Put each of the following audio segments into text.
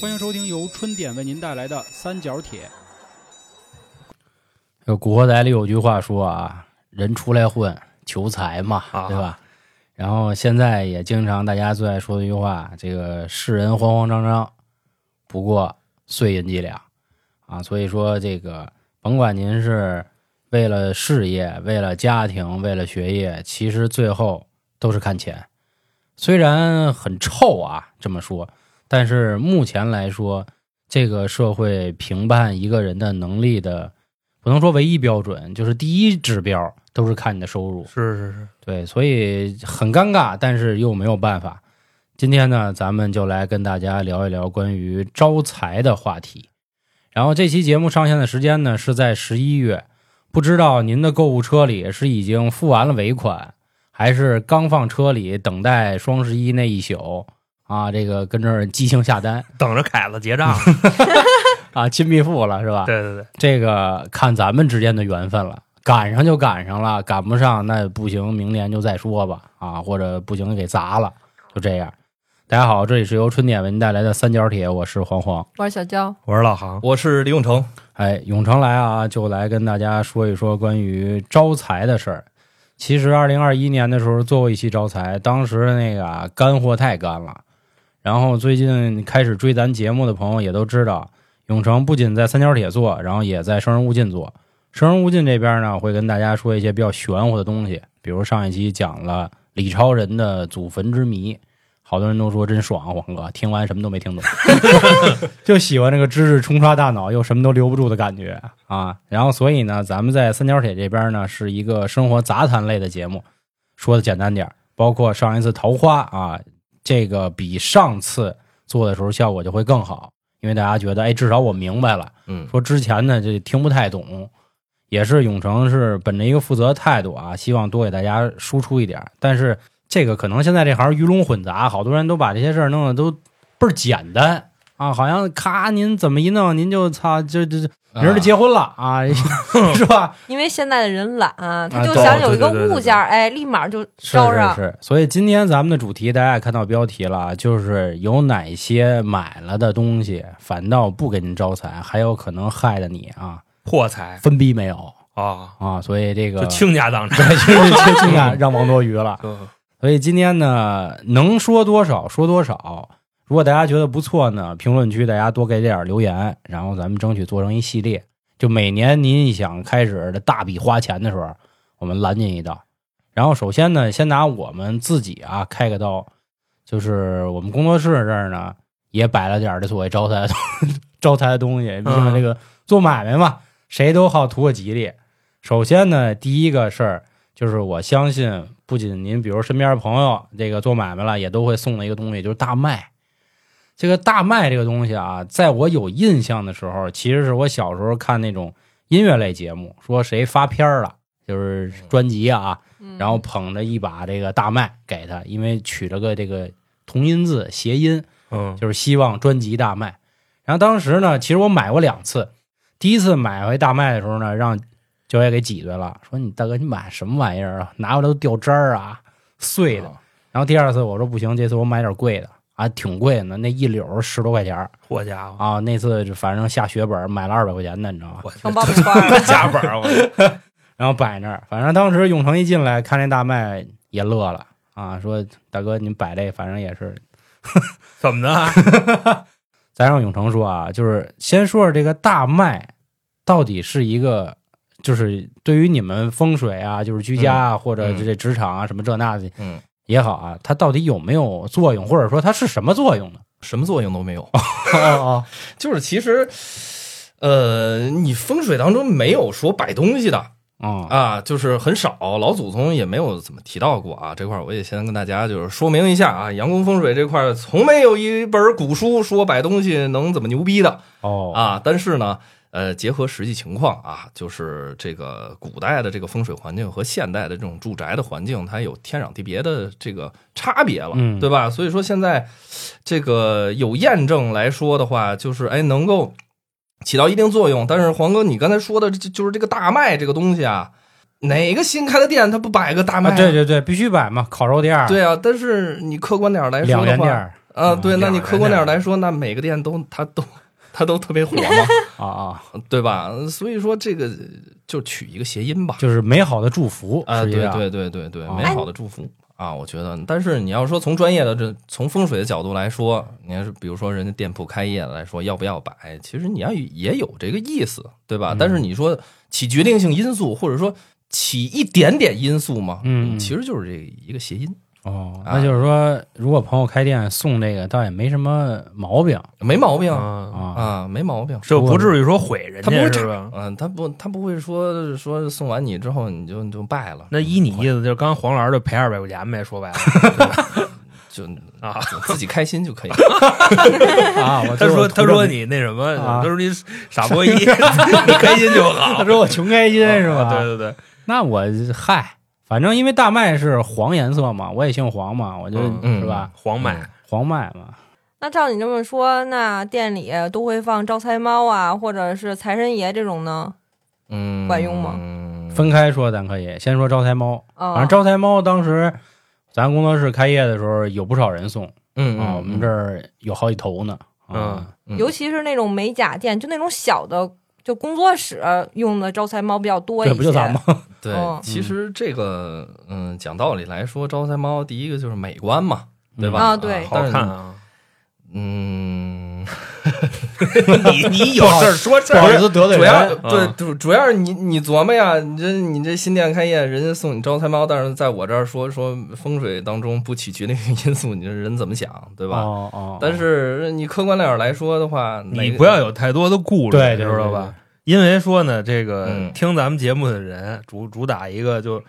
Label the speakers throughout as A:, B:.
A: 欢迎收听由春点为您带来的《三角铁
B: 这《古惑仔》里有句话说啊，人出来混，求财嘛，
C: 啊
B: 对吧？然后现在也经常大家最爱说的一句话，这个世人慌慌张张，不过碎银几两啊。所以说，这个甭管您是为了事业、为了家庭、为了学业，其实最后都是看钱。虽然很臭啊，这么说，但是目前来说，这个社会评判一个人的能力的。不能说唯一标准，就是第一指标都是看你的收入。
C: 是是是，
B: 对，所以很尴尬，但是又没有办法。今天呢，咱们就来跟大家聊一聊关于招财的话题。然后这期节目上线的时间呢是在十一月，不知道您的购物车里是已经付完了尾款，还是刚放车里等待双十一那一宿啊？这个跟这儿即兴下单
C: 等着凯子结账呢。
B: 啊，亲密付了是吧？
C: 对对对，
B: 这个看咱们之间的缘分了，赶上就赶上了，赶不上那不行，明年就再说吧，啊，或者不行给砸了，就这样。大家好，这里是由春点为您带来的三角铁，我是黄黄。
D: 我是小娇，
C: 我是老航。
E: 我是李永成，
B: 哎，永成来啊，就来跟大家说一说关于招财的事儿。其实，二零二一年的时候做过一期招财，当时的那个啊干货太干了。然后最近开始追咱节目的朋友也都知道，永成不仅在三角铁做，然后也在生人勿近做。生人勿近这边呢，会跟大家说一些比较玄乎的东西，比如上一期讲了李超人的祖坟之谜，好多人都说真爽啊，黄哥听完什么都没听懂。 就喜欢这个知识冲刷大脑又什么都留不住的感觉啊。然后所以呢，咱们在三角铁这边呢是一个生活杂谈类的节目，说的简单点儿，包括上一次桃花啊，这个比上次做的时候效果就会更好，因为大家觉得哎，至少我明白了。
E: 嗯，
B: 说之前呢这听不太懂，也是永成是本着一个负责的态度啊，希望多给大家输出一点儿。但是这个可能现在这行鱼龙混杂，好多人都把这些事儿弄得都倍儿简单啊，好像咔您怎么一弄您就操就就明儿就结婚了啊，是吧？
D: 因为现在的人懒、他
B: 啊
D: 就
B: 对
D: 想有一个
C: 对对对对
D: 物件儿，哎，立马就是招
B: 是
D: 上。
B: 是。所以今天咱们的主题大家也看到标题了啊，就是有哪些买了的东西反倒不给您招财，还有可能害的你啊，
C: 破财
B: 分逼没有
C: 啊，
B: 啊？所以这个
C: 就倾家荡产。
B: 对，就是亲情感让王多余了。
C: 嗯
B: 所以今天呢，能说多少说多少。如果大家觉得不错呢，评论区大家多给点儿留言，然后咱们争取做成一系列。就每年您一想开始的大笔花钱的时候，我们拦您一道。然后首先呢，先拿我们自己啊开个刀，就是我们工作室这儿呢也摆了点儿这所谓招财的东 招财的东西，毕竟这个做买卖嘛，谁都好图个吉利。首先呢，第一个事儿就是我相信，不仅您比如身边的朋友这个做买卖了，也都会送的一个东西，就是大麦。这个大麦这个东西啊，在我有印象的时候，其实是我小时候看那种音乐类节目，说谁发片儿了，就是专辑啊，
D: 嗯
B: 然后捧着一把这个大麦给他，因为取了个这个同音字谐音，
C: 嗯，
B: 就是希望专辑大卖。然后当时呢，其实我买过两次，第一次买回大麦的时候呢，让九爷给挤兑了，说你大哥你买什么玩意儿啊，拿回来都掉渣儿啊，碎的。然后第二次我说不行，这次我买点贵的啊，挺贵的，那一绺儿十多块钱儿
C: 好家伙，
B: 啊。那次就反正下血本儿买了二百块钱的，你知道吧？
C: 我
D: 成爆米花了
C: 加本儿，我
B: 然后摆那儿，反正当时永成一进来看这大麦也乐了啊，说大哥您摆这反正也是
C: 怎么的？
B: 咱让永成说啊，就是先说说这个大麦到底是一个，就是对于你们风水啊，就是居家啊，或者这职场啊，什么这那的，
E: 嗯，
B: 也好啊，它到底有没有作用，或者说它是什么作用呢？
E: 什么作用都没有。
B: 哦哦，
E: 就是其实，呃，你风水当中没有说摆东西的
B: 嗯
E: 啊，就是很少，老祖宗也没有怎么提到过啊。这块儿我也先跟大家就是说明一下啊，阳宫风水这块儿从没有一本古书说摆东西能怎么牛逼的。
B: 哦
E: 啊，但是呢，呃，结合实际情况啊，就是这个古代的这个风水环境和现代的这种住宅的环境，它有天壤地别的这个差别了，
B: 嗯
E: 对吧？所以说现在这个有验证来说的话，就是哎，能够起到一定作用。但是黄哥，你刚才说的就就是这个大麦这个东西啊，哪个新开的店它不摆个大麦、
B: 啊啊，对。对对，必须摆嘛，烤肉店儿，
E: 对啊，但是你客观点儿来说的
B: 两
E: 话，
B: 元店儿，
E: 啊，对，
B: 嗯
E: 那你
C: 两个人
E: 客观点
C: 两个
E: 来说，那每个店都它都它都特别火嘛，
B: 啊啊，
E: 对吧？所以说这个就取一个谐音吧。
B: 就是美好的祝福
E: 啊，
B: 实际
E: 对
B: 上
E: 对对对对，
B: 啊
E: 美好的祝福啊，我觉得。但是你要说从专业的这从风水的角度来说，你要是比如说人家店铺开业了来说要不要摆，其实你要也有这个意思，对吧？
B: 嗯
E: 但是你说起决定性因素，或者说起一点点因素嘛，
B: 嗯
E: 其实就是这一个谐音，
B: 哦，
E: 啊
B: 那就是说，如果朋友开店送这个，倒也没什么毛病
E: 没毛病
C: 嗯，
B: 啊。
E: 啊，没毛病。
C: 就不至于说毁人
E: 他不会
C: 家是
E: 炸
C: 吧？
E: 嗯，他不，他不会说说送完你之后你就你就败了，
C: 那依你意思，就是刚黄老师就赔二百块钱呗，说白了
E: 就
C: 啊。
E: 就自己开心就可以了。
B: 啊，我
C: 他说：“他说
B: 你，
C: 你那什么，
B: 啊
C: 他说你傻波一， 你开心就好。”啊
B: 他说我穷开
E: 啊
B: 心是吧？
C: 对对对，
B: 那我嗨，反正因为大麦是黄颜色嘛，我也姓黄嘛，我就
E: 嗯
B: 是吧，
C: 黄麦
B: 黄麦嘛。
D: 那照你这么说，那店里都会放招财猫啊，或者是财神爷这种呢？
E: 嗯，
D: 管用吗
E: 吗
B: 分开说咱可以，先说招财猫。
D: 啊、
E: 哦
B: 反正招财猫当时咱工作室开业的时候有不少人送
E: 嗯
B: 啊，我们这儿有好几头呢。
C: 嗯
B: 啊，
E: 嗯
D: 尤其是那种美甲店，就那种小的，就工作室用的招财猫比较多一
B: 这
D: 些。
B: 不就咱吗？
E: 对
D: 哦，
E: 其实这个，嗯，讲道理来说，招财猫第一个就是美观嘛，对吧？
D: 嗯啊对
C: 好看
E: 但是
C: 啊！
E: 嗯，
C: 你你有事儿说事
B: 不好意
C: 儿，
B: 思得罪
E: 主要
B: 人，
C: 嗯
E: 对主主要是你你琢磨呀，你这你这新店开业，人家送你招财猫，但是在我这儿说说风水当中不起决定性因素，你这人怎么想，对吧？
B: 哦哦，
E: 但是你客观点来说的话，哪
C: 你
E: 个
C: 不要有太多的顾虑，
B: 对
C: 你
B: 对
C: 知道
B: 对
C: 吧？因为说呢，这个
E: 嗯
C: 听咱们节目的人主主打一个就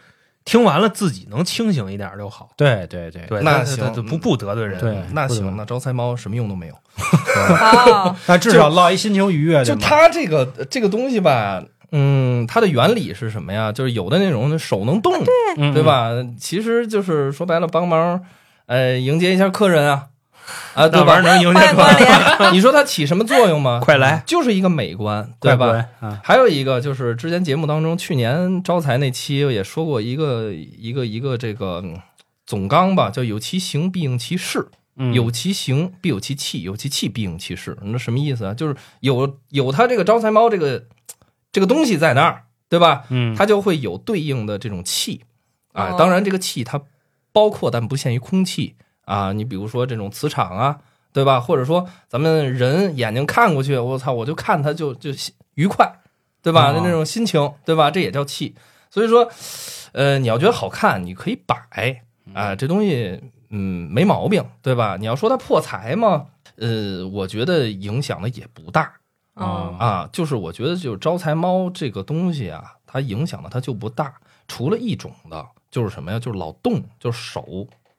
C: 听完了自己能清醒一点就好。
B: 对对对
C: 对，
E: 那
C: 他
E: 行
C: 他他不不得罪人。
B: 对
E: 那
B: 不
E: 行，
B: 能
E: 那招财猫什么用都没有。
D: 啊，
B: 那至少落一心情愉悦，
E: 就
B: 对吗
E: 它这个这个东西吧，嗯，它的原理是什么呀？就是有的那种手能动，
B: 嗯
E: 啊对吧？其实就是说白了，帮忙呃迎接一下客人啊， 啊，对
C: 那玩意儿
E: 吧？
C: 能迎
D: 发
C: 接
D: 现关 联，
E: 你说它起什么作用吗？
C: 快来，
E: 就是一个美观，对吧？？
B: 嗯啊，
E: 还有一个就是之前节目当中，去年招财那期也说过一个一个一个这个嗯总纲吧，叫有其形必应其事。
B: 嗯
E: 有其形必有其气，有其气必应其事。那什么意思啊？就是有有它这个招财猫这个这个东西在那儿，对吧？
B: 嗯，
E: 它就会有对应的这种气啊。
D: 哦
E: 当然，这个气它包括但不限于空气啊。你比如说这种磁场啊，对吧？或者说咱们人眼睛看过去，我操，我就看它就就愉快，对吧？
B: 哦
E: 那种心情，对吧？这也叫气。所以说，呃，你要觉得好看，你可以摆啊，这东西嗯没毛病，对吧？你要说它破财嘛，呃，我觉得影响的也不大
D: 嗯，
E: 啊。就是我觉得就是招财猫这个东西啊，它影响的它就不大，除了一种的，就是什么呀？就是老动，就是手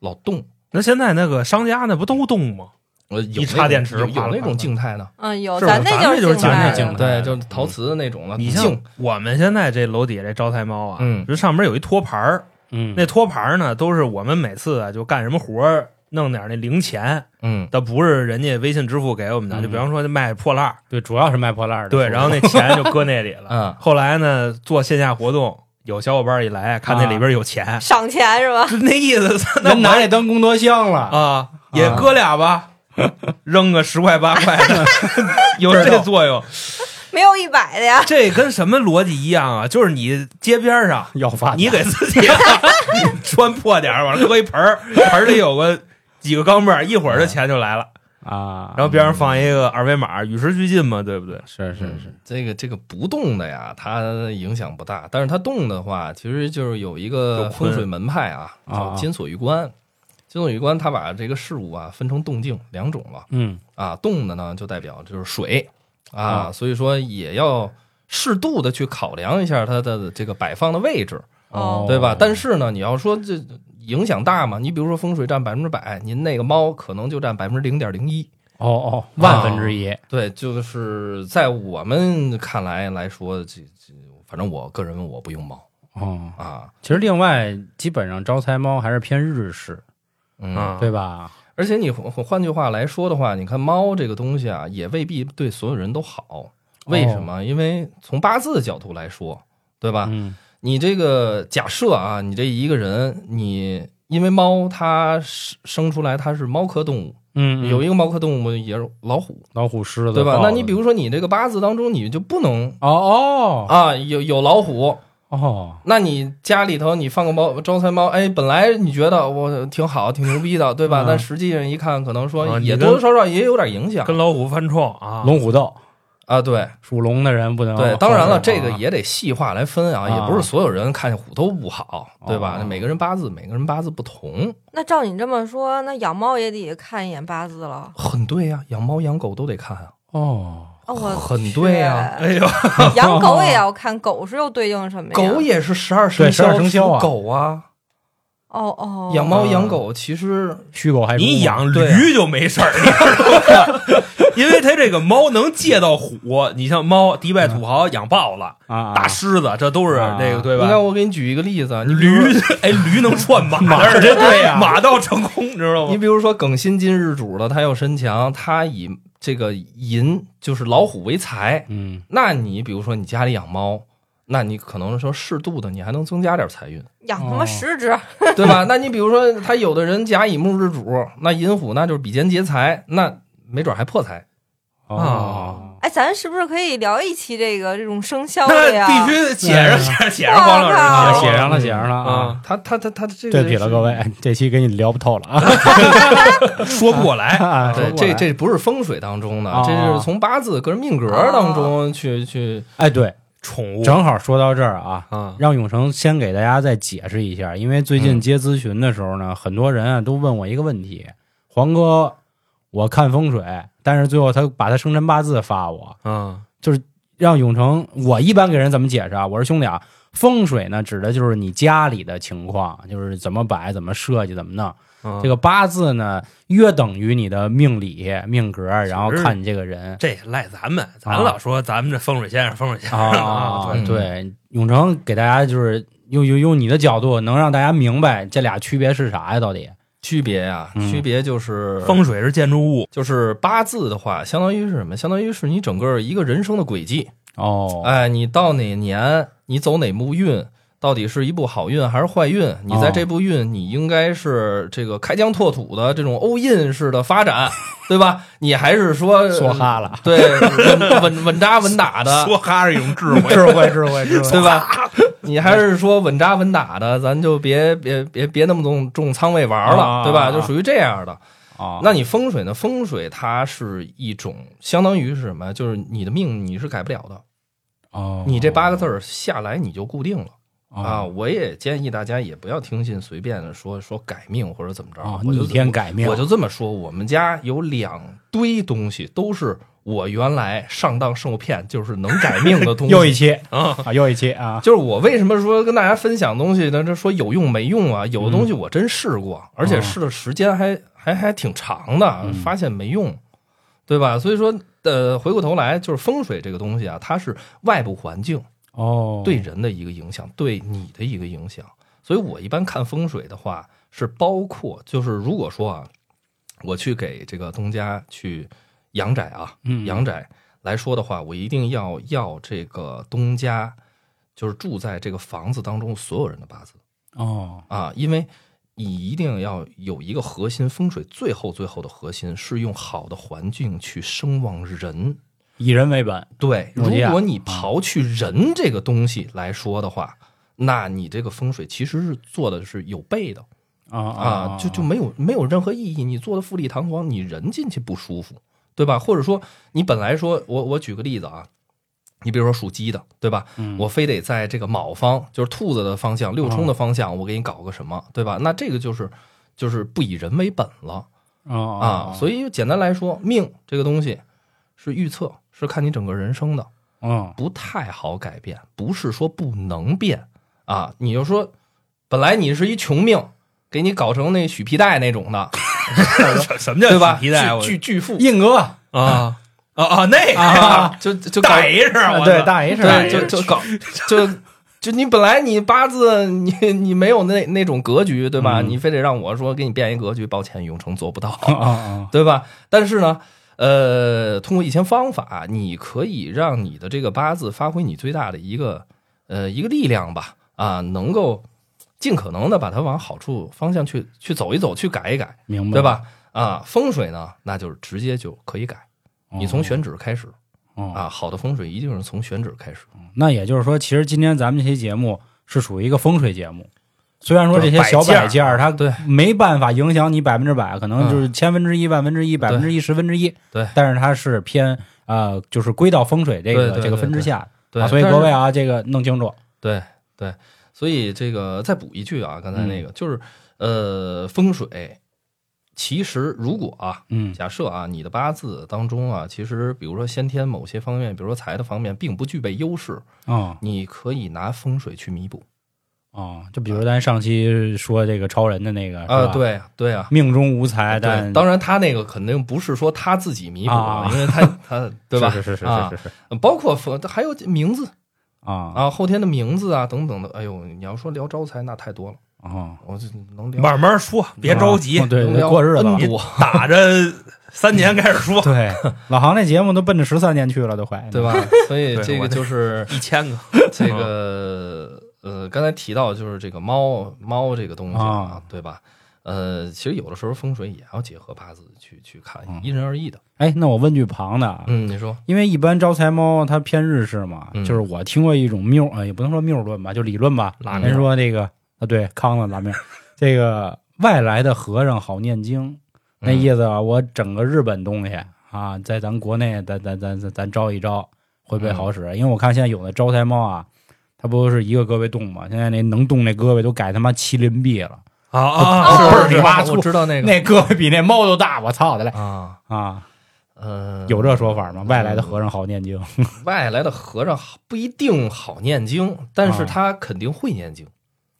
E: 老动。
C: 那现在那个商家那不都动吗？
E: 呃，有
C: 一
E: 那
C: 插
E: 种
C: 电池
E: 有
C: 哗啦
E: 有那
C: 哗啦
E: 种静态的，
D: 嗯，有，
C: 是吧
D: 咱那
C: 咱那就是
D: 静
C: 咱那
D: 态
C: 静
D: 的
C: 态嗯
E: 对，就是陶瓷的那种的。
C: 你
E: 静
C: 像我们现在这楼底下这招财猫啊，
E: 嗯
C: 就上面有一托盘儿，
B: 嗯
C: 那托盘儿呢都是我们每次啊就干什么活儿弄点儿那零钱，
E: 嗯
C: 倒不是人家微信支付给我们的，
B: 嗯
C: 就比方说卖破烂儿，
B: 对，主要是卖破烂儿的，
C: 对，然后那钱就搁那里 了。
E: 啊，
C: 后来呢，做线下活动，有小伙伴一来看那里边有钱，
D: 赏钱是吧？
C: 就啊那意 思，那
B: 人拿那当工作箱了，
C: 啊也搁俩吧，扔个十块八块 的，有这作用。
D: 没有一百的呀，
C: 这跟什么逻辑一样啊？就是你街边上，
B: 要发
C: 你给自己 穿破点儿，往上搁一盆儿，盆儿里有个几个钢镚儿，一会儿这钱就来了。
B: 啊，
C: 然后边上放一个二维码，与时俱进嘛，对不对？
B: 是是是，
E: 嗯这个这个不动的呀，它影响不大，但是它动的话，其实就是有一
C: 有
E: 个
C: 坤
E: 风水门派啊，
B: 啊
E: 叫金锁玉关。金锁玉关，它把这个事物啊分成动静两种了
B: 嗯
E: 啊，动的呢就代表就是水啊，
B: 啊
E: 所以说也要适度的去考量一下它的这个摆放的位置，
D: 哦
E: 对吧？但是呢，你要说这影响大嘛，你比如说风水占百分之百，您那个猫可能就占百分之零点零一，
B: 哦
E: 啊
B: 哦，万分之一，
E: 对，就是在我们看来来说，这这，反正我个人我不用猫
B: 哦，
E: 啊，
B: 其实另外基本上招财猫还是偏日式，
E: 嗯，
C: 啊，
B: 对吧？
E: 而且你换换句话来说的话，你看猫这个东西啊，也未必对所有人都好。为什么？因为从八字的角度来说，对吧？
B: 嗯
E: 啊你这个假设啊，你这一个人，你因为猫它生生出来它是猫科动物，
B: 嗯，
E: 有
B: 一
E: 一个猫科动物也是老虎，
B: 老虎、狮子，
E: 对吧
B: 豹？子
E: 那你比如说你这个八字当中你就不能
B: 哦哦
E: 啊，有有老虎，
B: 哦，
E: 那你家里头你放个猫招财猫，哎，本来你觉得我挺好，挺牛逼的，对吧？
B: 嗯
E: 但实际上一看，可能
C: 啊
E: 说
C: 你
E: 也
C: 跟
E: 多多少少也有点影响
C: 跟老虎翻撞啊，
B: 龙虎斗，
E: 啊。对
B: 属龙的人不能
E: 对，当然了，
B: 好
E: 这个也得细化来分啊，
B: 啊
E: 也不是所有人看见虎都不好，对吧？
B: 哦
E: 每个人八字，每个人八字不同，
D: 那照你这么说，那养猫也得看一眼八字了。
E: 很对呀、养猫养狗都得看啊。
B: 哦，
D: 哦，我
E: 很对啊呀
D: 去
C: 哎呦，
D: 养狗也要看狗是又对应什么哎呀？
E: 狗也是十二
B: 对
E: 生
B: 十
E: 肖，
B: 二生肖啊
E: 属狗啊，
D: 哦哦，
E: 养猫
B: 啊
E: 养狗其实
B: 虚狗还
C: 你养
E: 对啊
C: 驴就没事儿，你知道吗？因为它这个猫能借到虎，你像猫，迪拜土豪养豹子、
B: 啊
C: 大狮子，这都是
B: 啊
C: 那个对
E: 你
C: 吧
E: 看？我给你举一个例子啊，你比如
C: 驴， 哎，驴能转马，
B: 马
C: 这是
B: 对呀
C: 马到成功，你知道
E: 你
C: 吗？
E: 比如说耿鑫金日主了，他要身强，他以这个寅就是老虎为财。
B: 嗯
E: 那你比如说你家里养猫，那你可能说适度的，你还能增加点财运，
D: 养他妈十
E: 哦
D: 只，
E: 对吧？那你比如说他有的人甲乙木日主，那寅虎那就是比肩劫财，那没准还破财。
B: 哦，
D: 哎，咱是不是可以聊一期这个这种生肖
C: 那
D: 的呀？
C: 必须写上写上写上黄老师
D: 哇
C: 啊，
D: 靠
B: 写上了
E: 嗯
B: 写上了啊，
C: 啊，
E: 他他他他这个
B: 对不起了
E: 是
B: 各位，这期给你聊不透了啊
C: 说不过来。
B: 啊，
E: 对，
B: 说不过
E: 这
B: 来
E: 这不是风水当中的，
B: 哦
E: 这是从八字个人命格当中去、去。
B: 哎对，
C: 宠物
B: 正好说到这儿啊。
C: 啊，
B: 让永成先给大家再解释一下，因为最近
E: 嗯
B: 接咨询的时候呢，很多人啊都问我一个问题：黄哥，我看风水，但是最后他把他生辰八字发我，
C: 嗯，
B: 让永成，我一般给人怎么解释啊？我说兄弟啊，风水呢指的就是你家里的情况，就是怎么摆、怎么设计、怎么弄。
C: 嗯
B: 这个八字呢，约等于你的命理、命格，然后看你这个人
C: 这赖咱们，咱
B: 啊
C: 老说咱们这风水先生，风 水先生
B: 啊。
C: 对
E: 对
B: 对，永成给大家就是用用用你的角度，能让大家明白这俩区别是啥呀？到底？
E: 区别啊，
B: 嗯
E: 区别就是
C: 风水是建筑物，
E: 就是八字的话，相当于是什么？相当于是你整个一个人生的轨迹。
B: 哦，
E: 哎，你到哪年，你走哪步运，到底是一步好运还是坏运？你
B: 哦
E: 在这步运，你应该是这个开疆拓土的这种欧印式的发展，对吧？你还是说
B: 梭？哈了，
E: 对，稳稳稳扎稳 打的，
C: 说哈是一种智 慧。
B: 智慧，智 慧，智慧
E: 对吧？你还是说稳扎稳打的，咱就别别别别那么重重仓位玩
B: 啊
E: 了，对
B: 啊
E: 吧？就属于这样的。
B: 啊！
E: 那你风水呢？风水它是一种，相当于是什么？就是你的命你是改不了的，
B: 哦，
E: 你这八个字儿下来你就固定了啊！
B: 啊
E: 我也建议大家也不要听信随便的说说改命或者怎么着
B: 啊，，
E: 我就
B: 逆天改命，
E: 我就这么说，我们家有两堆东西都是我原来上当受骗，就是能改命 的东西。
B: 又一 期啊，又一期啊，
E: 就是我为什么说跟大家分享东西呢？这说有用没用
B: 嗯
E: 啊？有的东西我真试过，而且试的时间还还还挺长的，
B: 啊嗯
E: 发现没用，对吧？所以说，呃，回过头来就是风水这个东西啊，它是外部环境
B: 哦，
E: 对人的一个影响，对你的一个影响。所以我一般看风水的话，是包括就是如果说啊，我去给这个东家去阳宅啊，
B: 嗯，
E: 阳宅来说的话，我一定要要这个东家，就是住在这个房子当中所有人的八字
B: 哦，
E: 啊，因为你一定要有一个核心风水，最后最后的核心是用好的环境去声望人。
B: 以人为本，
E: 对，
B: 我
E: 如
B: 理解
E: 果你刨去人这个东西来说的话，那你这个风水其实是做的是有备的
B: 啊
E: 啊，就就没有没有任何意义。你做的富丽堂皇，你人进去不舒服，对吧？或者说你本来说我我举个例子啊，你比如说属鸡的，对吧？
B: 嗯啊
E: 我非得在这个卯方，就是兔子的方向、六冲的方向，我给你搞个什么，对吧？那这个就是就是不以人为本了啊。所
B: 以
E: 以简单来说，命这个东西是预测，是看你整个人生的。
B: 嗯
E: 不太好改变，不是说不能变啊。你就说，本来你是一穷命，给你搞成那许皮带那种的，
C: 什什么叫
E: 对吧？
C: 皮啊带？我
E: 巨巨巨富
B: 硬哥啊
C: 啊啊 啊，那个呀
E: 啊，就就搞
C: 大 H，我啊
B: 啊对
C: 操
B: 大 H
E: 对，
C: 大
E: 就就搞 就。就你本来你八字你你没有那那种格局对吧？
B: 嗯
E: 你非得让我说给你变一格局，抱歉，永成做不到。
B: 啊啊
E: 对吧？但是呢，呃，通过一些方法，你可以让你的这个八字发挥你最大的一个呃一个力量吧，啊，能够尽可能的把它往好处方向去去走一走，去改一改，
B: 明白
E: 对？吧？啊，风水呢，那就是直接就可以改，你从选址开始
B: 哦
E: 啊，好的风水一定是从选址开始。
B: 那也就是说，其实今天咱们这期节目是属于一个风水节目，虽然说这些
E: 摆
B: 小
E: 件儿
B: 摆件儿它
E: 对
B: 没办法影响你百分之百，可能
E: 嗯
B: 就是千分之一、万分之一、百分之一、十分之一，
E: 对
B: 但是它是偏呃，就是归到风水这
E: 对
B: 个
E: 对
B: 这个分支
E: 对对
B: 下
E: 对，
B: 啊，所以
E: 但是
B: 各位啊，这个弄清楚，
E: 对对，所以这个再补一句啊，刚
B: 嗯
E: 才那个、就是呃，风水其实如果啊，
B: 嗯
E: 假设啊，你的八字当中啊，其实比如说先天某些方面，比如说财的方面，并不具备优势，
B: 哦
E: 你可以拿风水去弥补
B: 哦，就比如咱上期说这个超人的那个
E: 啊、，
B: 是吧
E: 对对啊。
B: 命中无才，
E: 对，
B: 但
E: 当然他那个肯定不是说他自己弥补，
B: 啊
E: 因为 他他对吧？
B: 是是是
E: 啊
B: 是是是
E: 包括风还有名字
B: 啊
E: 啊，后天的名字啊等等的。哎呦，你要说聊招财那太多了，
B: 哦，
E: 我就能聊
C: 慢慢说，别着急
B: 啊，对
E: 能聊
B: 过日子
E: 很
B: 了
E: 多。
C: 打着三年开始说，
B: 对，老航那节目都奔着十三年去了，都快
E: 对？吧？ 所以
C: 对
E: 这
C: 我
E: 个就是
C: 一千个，
E: 这个呃，刚才提到就是这个猫猫这个东西
B: 啊
E: 啊，对吧？呃，其实有的时候风水也要结合八字去去看，因人而异的。
B: 哎，那我问句旁的啊，
E: 嗯，你说
B: 因为一般招财猫它偏日式嘛，
E: 嗯
B: 就是我听过一种谬啊、呃也不能说谬论吧，就理论吧。
E: 拉面
B: 人说那个啊，对，康了拉 面，这个外来的和尚好念经，那
E: 嗯
B: 意思啊，我整个日本东西啊，在咱国内咱咱咱咱咱招一招会不会好使？
E: 嗯
B: 因为我看现在有的招财猫啊，它不是一个胳膊动嘛，现在那能动那胳膊都改他妈麒麟臂了，
C: 啊啊，
E: 是
B: 倍儿
E: 是
B: 里挖
E: 我
B: 粗，
E: 知道那个
B: 那胳膊比那猫都大，我操的嘞
E: 啊，
B: 啊！
E: 呃，
B: 有这说法吗？外来的和尚好念经
E: 外来的和尚好不一定好念经，但是
B: 啊
E: 他肯定会念经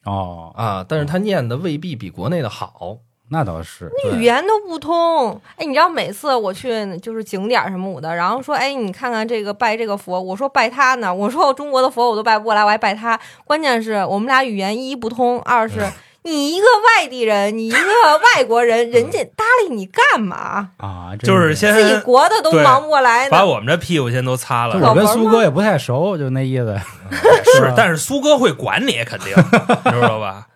B: 哦，
E: 啊，但是他念的未必比国内的好。
B: 那倒是，
E: 对
D: 语言都不通。哎，你知道每次我去就是景点儿什么的，然后说，哎，你看看这个拜这个佛，我说拜他呢，我说我中国的佛我都拜不过来，我还拜他。关键是我们俩语言一不通，二
E: 哎
D: 是。你一个外地人，你一个外国人，人家搭理你干嘛？
B: 啊，真
C: 就是先
D: 自己国的都
C: 呃对
D: 忙不过来
C: 把
D: 呢。
C: 我们这屁股先都擦
B: 就
C: 了。
B: 我跟
D: 老玩
B: 苏
D: 吗
B: 哥也不太熟，就那意思。
C: 是，但是苏哥会管你，肯定，你知 道吧？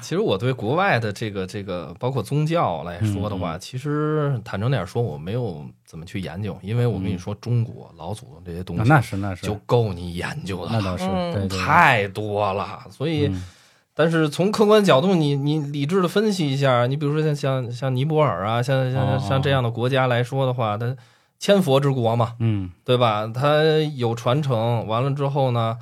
E: 其实我对国外的这个这个，包括宗教来说的话，
B: 嗯
E: 其实坦诚点说，我没有怎么去研究，因为我跟你说，中国老祖宗这些东
B: 嗯啊
E: 西
B: 那是那是
E: 就，够你研究的
B: 那
E: 了，
B: 倒是，
D: 嗯
B: 对对对
E: 太多了。所以，
B: 嗯
E: 但是从客观角度，你你理智的分析一下，你比如说像像像尼泊尔啊，像像
B: 哦
E: 像像这样的国家来说的话，它千佛之国嘛，
B: 嗯
E: 对吧？它有传承，完了之后呢，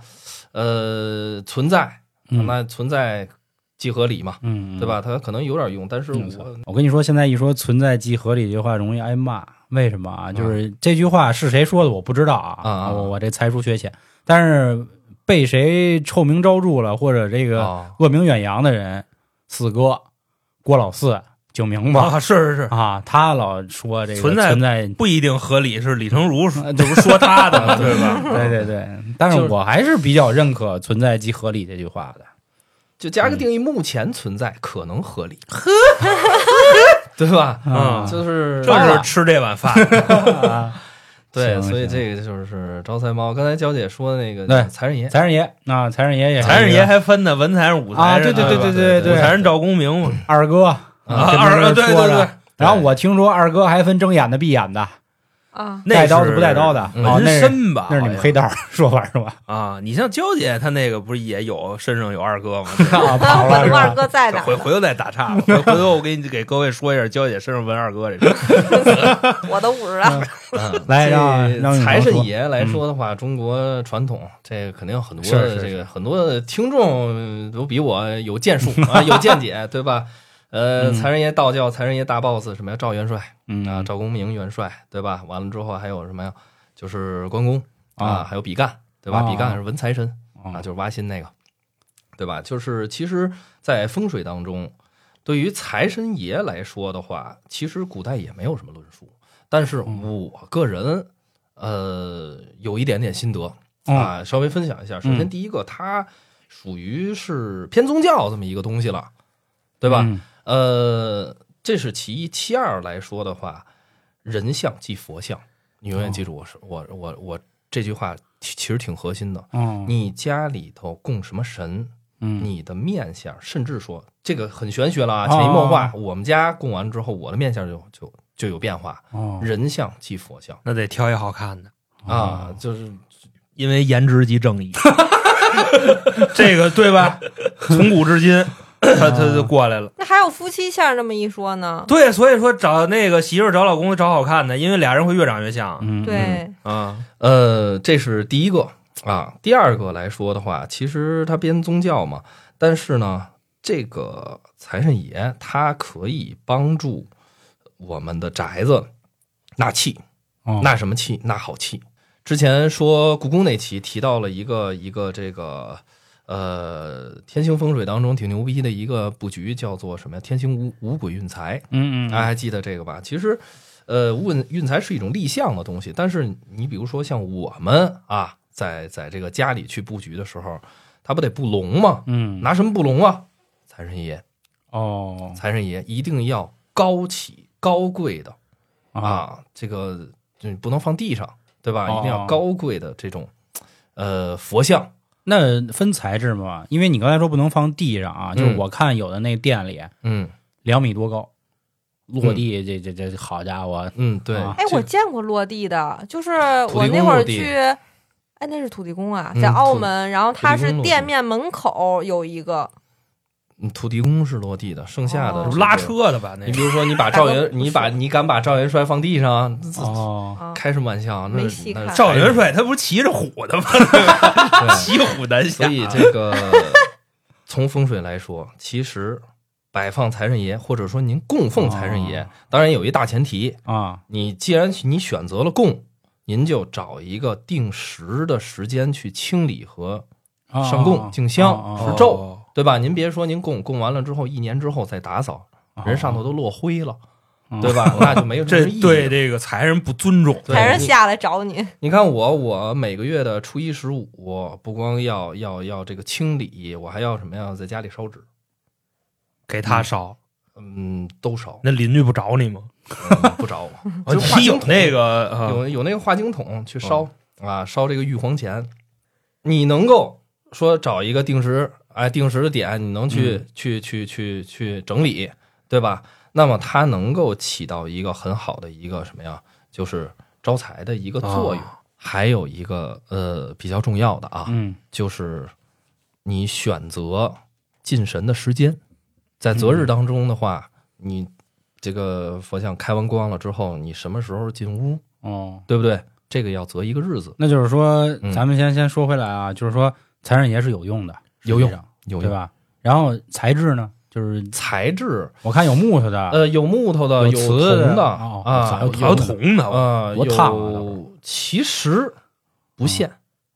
E: 呃，存在，
B: 嗯
E: 那存在即合理嘛。
B: 嗯，
E: 对吧？它可能有点用，但是
B: 嗯？
E: 我
B: 我跟你说，现在一说“存在即合理”这句话容易挨骂，为什么啊？就是这句话是谁说的，我不知道
E: 啊啊
B: 啊，
E: 啊
B: 我我这才疏学浅，但是被谁臭名昭著了，或者这个
E: 啊，
B: 恶名远扬的人，四哥、郭老四、九明吧
C: 啊，是是是，
B: 啊，他老说这个
C: 存在
B: 存在
E: 嗯
C: 不一定合理，是李成儒说
B: 啊
C: 这不是说他的， 对 吧？
B: 对对对，但是
E: 就是
B: 我还是比较认可“存在即合理”这句话的。
E: 就加个定义，目前存在可能合理， 对吧？
C: 嗯
B: 啊
E: 就是
C: 这是吃这碗饭，
E: 对，
B: 行
E: 所以
B: 行
E: 这个就是招财猫。刚才娇姐说的那个
B: 对
E: 财神爷，
B: 财神爷，啊，财神爷也是
C: 财神爷还分呢，文财神、武
B: 啊，
C: 财
B: 对
C: 神，
B: 对
E: 啊
B: 对对
E: 对对
B: 对
C: 武财神赵公明嘛，
B: 二哥啊，
E: 啊
B: 跟
C: 二哥
B: 人
C: 对
B: 说
C: 对
B: 着
C: 对
B: 然后我听说二哥还分睁眼的、闭眼的，
D: 啊，
C: 那
B: 带刀的
C: 是
B: 不带刀的，啊，
E: 嗯
B: 那
C: 纹
B: 是
C: 身吧？
B: 那是你们黑道说法是 吧？
C: 啊，你像娇姐她那个不是也有身上有二哥吗？
B: 啊，
D: 啊
B: 跑
D: 我
B: 了
D: 的
B: 是
D: 二
B: 吧？
D: 哥在哪
C: 回
D: 儿？
C: 回头再打岔吧，回回头我给你给各位说一下娇姐身上纹二哥这事儿。
D: 我都不知道。
E: 嗯
B: 来
E: 这
B: 让让宇
E: 财
B: 说
E: 神爷来说的话，中国传统这个肯定很多
B: 嗯是是
E: 的这个很多的听众都比我有建树啊，有见解，对吧？呃，
B: 嗯
E: 财神爷道教财神爷大 boss 什么呀？赵元帅，
B: 嗯
E: 啊，赵公明元帅，对吧？完了之后还有什么呀？就是关公
B: 啊
E: 啊，还有比干，对
B: 啊
E: 吧？比干是文财神啊，
B: 啊
E: 就是挖心那个，对吧？就是其实，在风水当中，对于财神爷来说的话，其实古代也没有什么论述，但是我个人呃有一点点心得啊，稍微分享一下。首先
B: 嗯
E: 第一个，它属于是偏宗教这么一个东西了，对吧？？
B: 嗯
E: 呃，这是其一，其二来说的话，人像即佛像，你永远记住我是、我我我这句话其其实挺核心的。
B: 嗯，
E: 你家里头供什么神，
B: 嗯，
E: 你的面相，甚至说这个很玄学了啊，潜移默化。
B: 啊
E: 我们家供完之后，我的面相就就就有变化，
B: 哦
E: 人相即佛相
C: 那得挑一好看的，
E: 啊，，就是
C: 因为颜值即 正义，这个对 吧？从古至今，他他就过来了。
D: 那还有夫妻相这么一说呢？
C: 对，所以说找那个媳妇儿找老公找好看的，因为俩人会越长越像
B: 嗯，
D: 对，
C: 啊。
E: 呃，这是第一个啊。第二个来说的话，其实他编宗教嘛，但是呢，这个财神爷他可以帮助我们的宅子纳气，
B: 哦
E: 纳什么气？纳好气。之前说故宫那期提到了一个一个这个呃天星风水当中挺牛逼的一个布局，叫做什么呀？天星五五鬼运财。
B: 嗯嗯，
E: 大家还记得这个吧？其实，呃，运运财是一种立项的东西，但是你比如说像我们啊，在在这个家里去布局的时候，他不得布龙吗？
B: 嗯，
E: 拿什么布龙啊？财神爷，
B: 哦
E: 财神爷一定要高起高贵的
B: 啊，
E: 啊，这个就不能放地上，对吧？
B: 哦
E: 一定要高贵的这种，呃，佛像。
B: 那分材质嘛，因为你刚才说不能放地上啊，就是
E: 嗯
B: 我看有的那店里
E: 嗯
B: 两米多高，落
C: 嗯
B: 地这这这好家伙，
E: 嗯，对。
B: 啊
D: 哎，
E: 这
D: 我见过落地的，就是
E: 土地
D: 我
E: 公
D: 那会儿
E: 落地
D: 去，哎，那是土地公啊，
E: 嗯
D: 在澳
E: 土
D: 门，然后它
E: 土地
D: 是
E: 公落地
D: 店面门口有一个，
E: 嗯土地公是落地的，剩下的
D: 哦哎
E: 是
C: 拉。车的吧，那
E: 你比
C: 个
E: 如说，你把赵元，你把你敢把赵元帅放地上，
B: 哦，
D: 啊，
E: 开什么玩笑？那
D: 没戏
E: 那
D: 看
C: 赵元帅他不是骑着虎 的吗？
E: 对，
C: 骑虎难下
E: 所。以这 个从风水来说，其实摆放财神爷，或者说您供奉财神爷，
B: 哦
E: 当然有一大前提，
B: 啊，
E: 你既然你选择了供，您就找一个定时的时间去清理和
C: 哦
B: 啊
E: 上供、敬香、
B: 啊
E: 持咒，对吧？您别说您供供完了之后，一年之后再打扫，
B: 啊
E: 人上头都落灰了，
B: 啊
E: 对 吧？那就没有什
C: 哦这
E: 么意义
C: 对
E: 了
C: 这个财神不尊重，
E: 对
D: 才
E: 你
D: 是下来找你。
E: 你看我，我每个月的初一十五，不光要要要这个清理，我还要什么呀？在家里烧纸，
C: 给他烧，，
E: 嗯，都烧
C: 那邻居不找你吗？
E: 嗯不找我， 就话
C: 哦你有
E: 筒
C: 那个啊
E: 有有那个化精筒去烧啊，烧这个玉皇钱。你能够说找一个定时哎定时的点，你能去去去去去整理，对吧？那么它能够起到一个很好的一个什么呀？就是招财的一个作用。还有一个呃比较重要的啊，
B: 嗯
E: 就是你选择进神的时间，在择日当中的话，你这个佛像开完光了之后，你什么时候进屋，
B: 哦，
E: 对不对？这个要择一个日子，
B: 那就是说，
E: 嗯
B: 咱们先先说回来啊，就是说财神爷是有用的，
E: 有用
B: 实际上，
E: 有
B: 对？吧？然后材质呢，就是
E: 材质，
B: 我看有木头的，
E: 呃，有木头的，
B: 啊有
E: 有
B: 瓷
E: 铜
B: 的
E: 的
B: 哦
E: 啊，
B: 有
C: 还有
E: 有
C: 铜呢，
E: 啊，
B: 多烫啊到时
E: 有其实不限，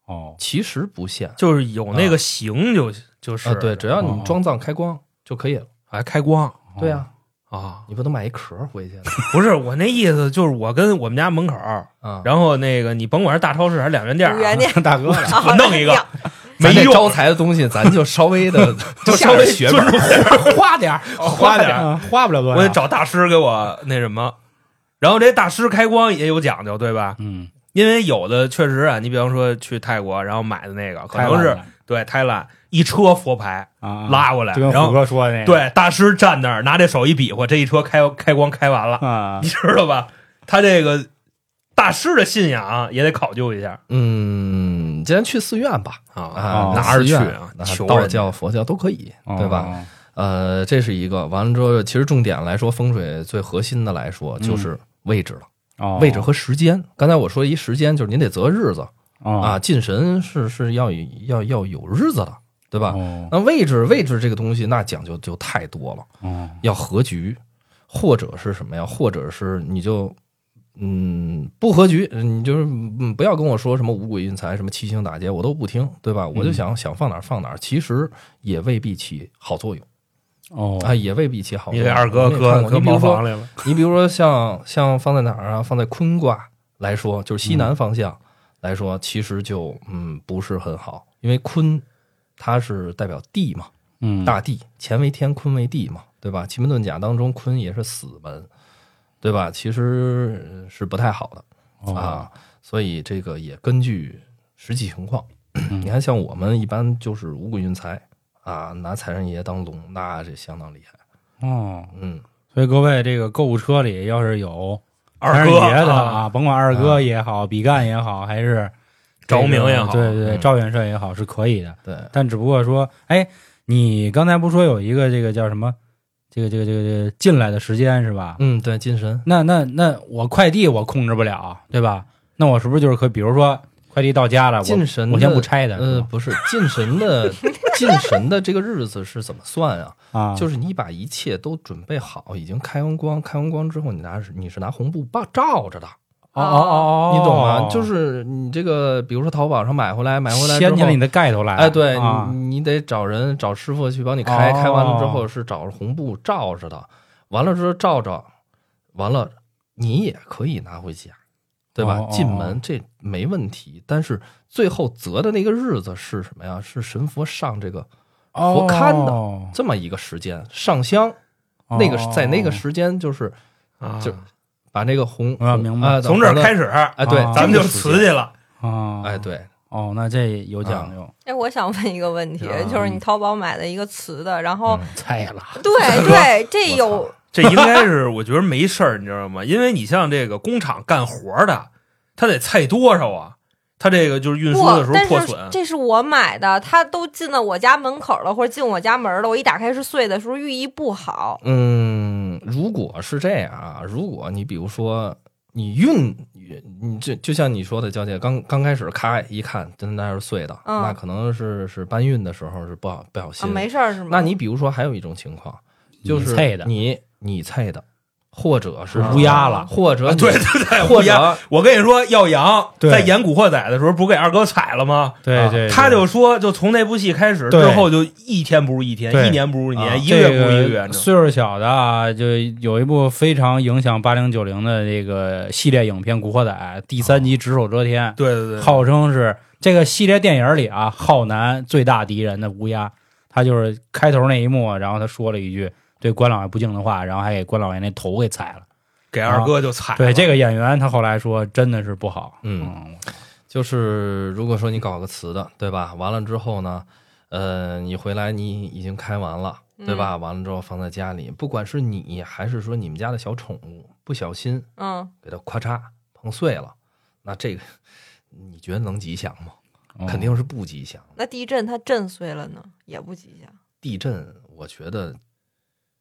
B: 哦，
E: 其实不限
C: 就是有那个形就就是
E: 啊，对，只要
B: 哦
E: 你装藏开光就可以了。
C: 还开光
E: 对啊，
C: 啊，
E: 你不能买一壳回去
C: 不是我那意思，就是我跟我们家门口，
E: 啊？
C: 然后那个你甭管是大超市还是两元店啊，
D: 五元店哦
B: 大哥了，
C: 我弄一个
E: 咱
C: 没
E: 这
C: 用，
E: 招财的东西，咱就稍微 的就
C: 稍
E: 稍
C: 微
E: 微
C: 学
E: 学
C: 本
E: 本
C: 儿
E: 儿。
B: 花点儿，
C: 花点儿
B: 啊，花不了多
C: 我
B: 少
C: 得。找大师给我那什么。然后这大师开光也有讲究，对吧？
B: 嗯，
C: 因为有的确实啊，你比方说去泰国，然后买的那个可能
B: 开
C: 是
B: 了
C: 对泰兰一车佛牌
B: 啊，
C: 拉过来，
B: 就跟
C: 然
B: 虎
C: 后
B: 哥说的那个，
C: 对大师站那儿拿这手一比划，这一车开开光开完了，
B: 啊
C: 你，知道吧？他这个大师的信仰啊也得考究一下
E: 嗯，既然去寺院吧，啊，
B: 哦
E: 哪
C: 拿着
E: 儿
C: 去啊
E: 啊，？
C: 求
E: 道
C: 人家
E: 教、佛教都可以，对吧？
B: 哦？
E: 呃，这是一个。完了之后，其实重点来说，风水最核心的来
C: 嗯
E: 说就是位置了，
B: 哦，
E: 位置和时间。刚才我说一时间，就是您得择日子
B: 啊
C: 哦
E: 啊，进神是是要有要要有日子的，对吧？
B: 哦
E: 那位置位置这个东西，那讲究就太多了。
B: 哦
E: 要和局，或者是什么呀？或者是你就嗯不和局，你就是嗯不要跟我说什么五鬼运财、什么七星打劫，我都不听，对吧？
C: 嗯
E: 我就想、想放哪儿放哪儿，其实也未必起好作用
B: 哦
E: 啊，也未必起好作
C: 你
E: 用。
C: 给二哥
E: 我们也看
C: 搁
E: 过
C: 搁
E: 你比
C: 茅
E: 如
C: 房
E: 说，
C: 里了，
E: 你比如说像像放在哪儿啊？放在坤卦来说，就
C: 嗯
E: 是西南方向来说，其实就嗯不是很好，因为坤它是代表地嘛。
B: 嗯
E: 大地，乾为天，坤为地嘛，对吧？奇门遁甲当中，坤也是死门，对吧？其实呃是不太好的
B: 哦
E: 啊，所以这个也根据实际情况。
B: 嗯
E: 你看，像我们一般就是五谷运财啊，拿财神爷当龙，那这相当厉害。
B: 哦，
E: 嗯，
B: 所以各位这个购物车里要是有
C: 二
B: 爷
C: 哥
B: 的
C: 啊，
B: 啊，甭管二哥也好，比干也好，还是
C: 赵无名也好
B: 这个对对，
E: 嗯
B: 赵元帅也好，是可以的。
E: 对，
B: 但只不过说，哎，你刚才不说有一个这个叫什么，这个这个这个这个进来的时间是吧？
E: 嗯，对，金神，
B: 那那那我快递我控制不了，对吧？那我是不是就是可，比如说快递到家了，
E: 进
B: 我
E: 神的
B: 我先不拆它，
E: 呃，
B: 是吧
E: 不是进 神的，进神的这个日子是怎么算啊？
B: 啊，
E: 就是你把一切都准备好，已经开完光，开完光之后，你拿你是拿红布罩罩着的，
B: 哦哦哦，哦
E: 你懂吗？就是你这个，比如说淘宝上买回来，买回来之
B: 掀起了你
E: 后。
B: 的盖头来了，
E: 哎，对
B: 啊
E: 你，你得找人找师傅去帮你开，开完了之
B: 哦
E: 后是找红布罩着的，完了之后罩着，完了你也可以拿回家，对吧
B: 哦哦？
E: 进
B: 哦
E: 门这没问题，但是最后择的那个日子是什么呀？是神佛上这个佛龛的
B: 哦
E: 这么一个时间上香，那个在那个时间就是就把那个红
B: 啊
E: 红
B: 明白
E: 啊
C: 啊从这儿开
E: 始，
C: 始，
E: 哎，对，
B: 啊
C: 咱们就
E: 这个时间
C: 瓷去了。
B: 哦，
E: 哎，，对，
B: 哦，那这有讲究，
D: 哎，我想问一个问题
E: 啊，
D: 就是你淘宝买了一个瓷的，然后
E: 嗯
B: 菜了，
D: 对对，这
E: 我
D: 有
C: 这应该是我觉得没事儿，你知道吗？ 因为你像这个工厂干活的，他得菜多少啊？他这个就是运输
D: 不
C: 的时，
D: 但
C: 候破
D: 是
C: 损，
D: 这是我买的，它都进到我家门口了，或者进我家门了，我一打开是碎的，是不是寓意不好？啊
E: 嗯，如果是这样啊，如果你比如说你运，你这就像你说的，娇姐刚刚开始咔一看，真的那是碎的，
D: 嗯
E: 那可能是是搬运的时候是不好不小
D: 啊，
E: 心。
D: 没事儿是吗？
E: 那你比如说还有一种情况，就是
B: 你菜的
E: 你你菜的，或者是
B: 乌鸦了
E: 或者
C: 啊
E: 你
C: 对对对，
E: 或
C: 乌鸦
E: 者
C: 我跟你说，耀阳
B: 对
C: 在演《古惑仔》的时候，不给二哥踩了吗？
B: 对
E: 啊
B: 对，
C: 他就说，就从那部戏开始
B: 对
C: 之后，就一天不如一天，
B: 对
C: 一年不如一
E: 啊
C: 年，一
B: 这
C: 个月不如一个月。你知道吗
B: 岁数小的啊，就有一部非常影响八零九零的这个系列影片《古惑仔》第三集《只手遮
E: 哦
B: 天
C: 对对》，对，
B: 号称是这个系列电影里啊，浩南最大敌人的乌鸦，他就是开头那一幕，然后他说了一句对关老爷不敬的话，然后还给关老爷那头给踩了。
C: 给二哥就踩了。
B: 对这个演员，他后来说真的是不好。
E: 嗯，
B: 嗯，
E: 就是如果说你搞个瓷的，对吧？完了之后呢，呃，你回来你已经开完了。
D: 嗯
E: 对吧？完了之后放在家里，不管是你还是说你们家的小宠物，不小心
D: 嗯？
E: 给它咔嚓碰碎了，那这个你觉得能吉祥吗？
C: 哦
B: 嗯
E: 肯定是不吉祥。
D: 嗯，那地震它震碎了呢，也不吉祥。
E: 地震，我觉得，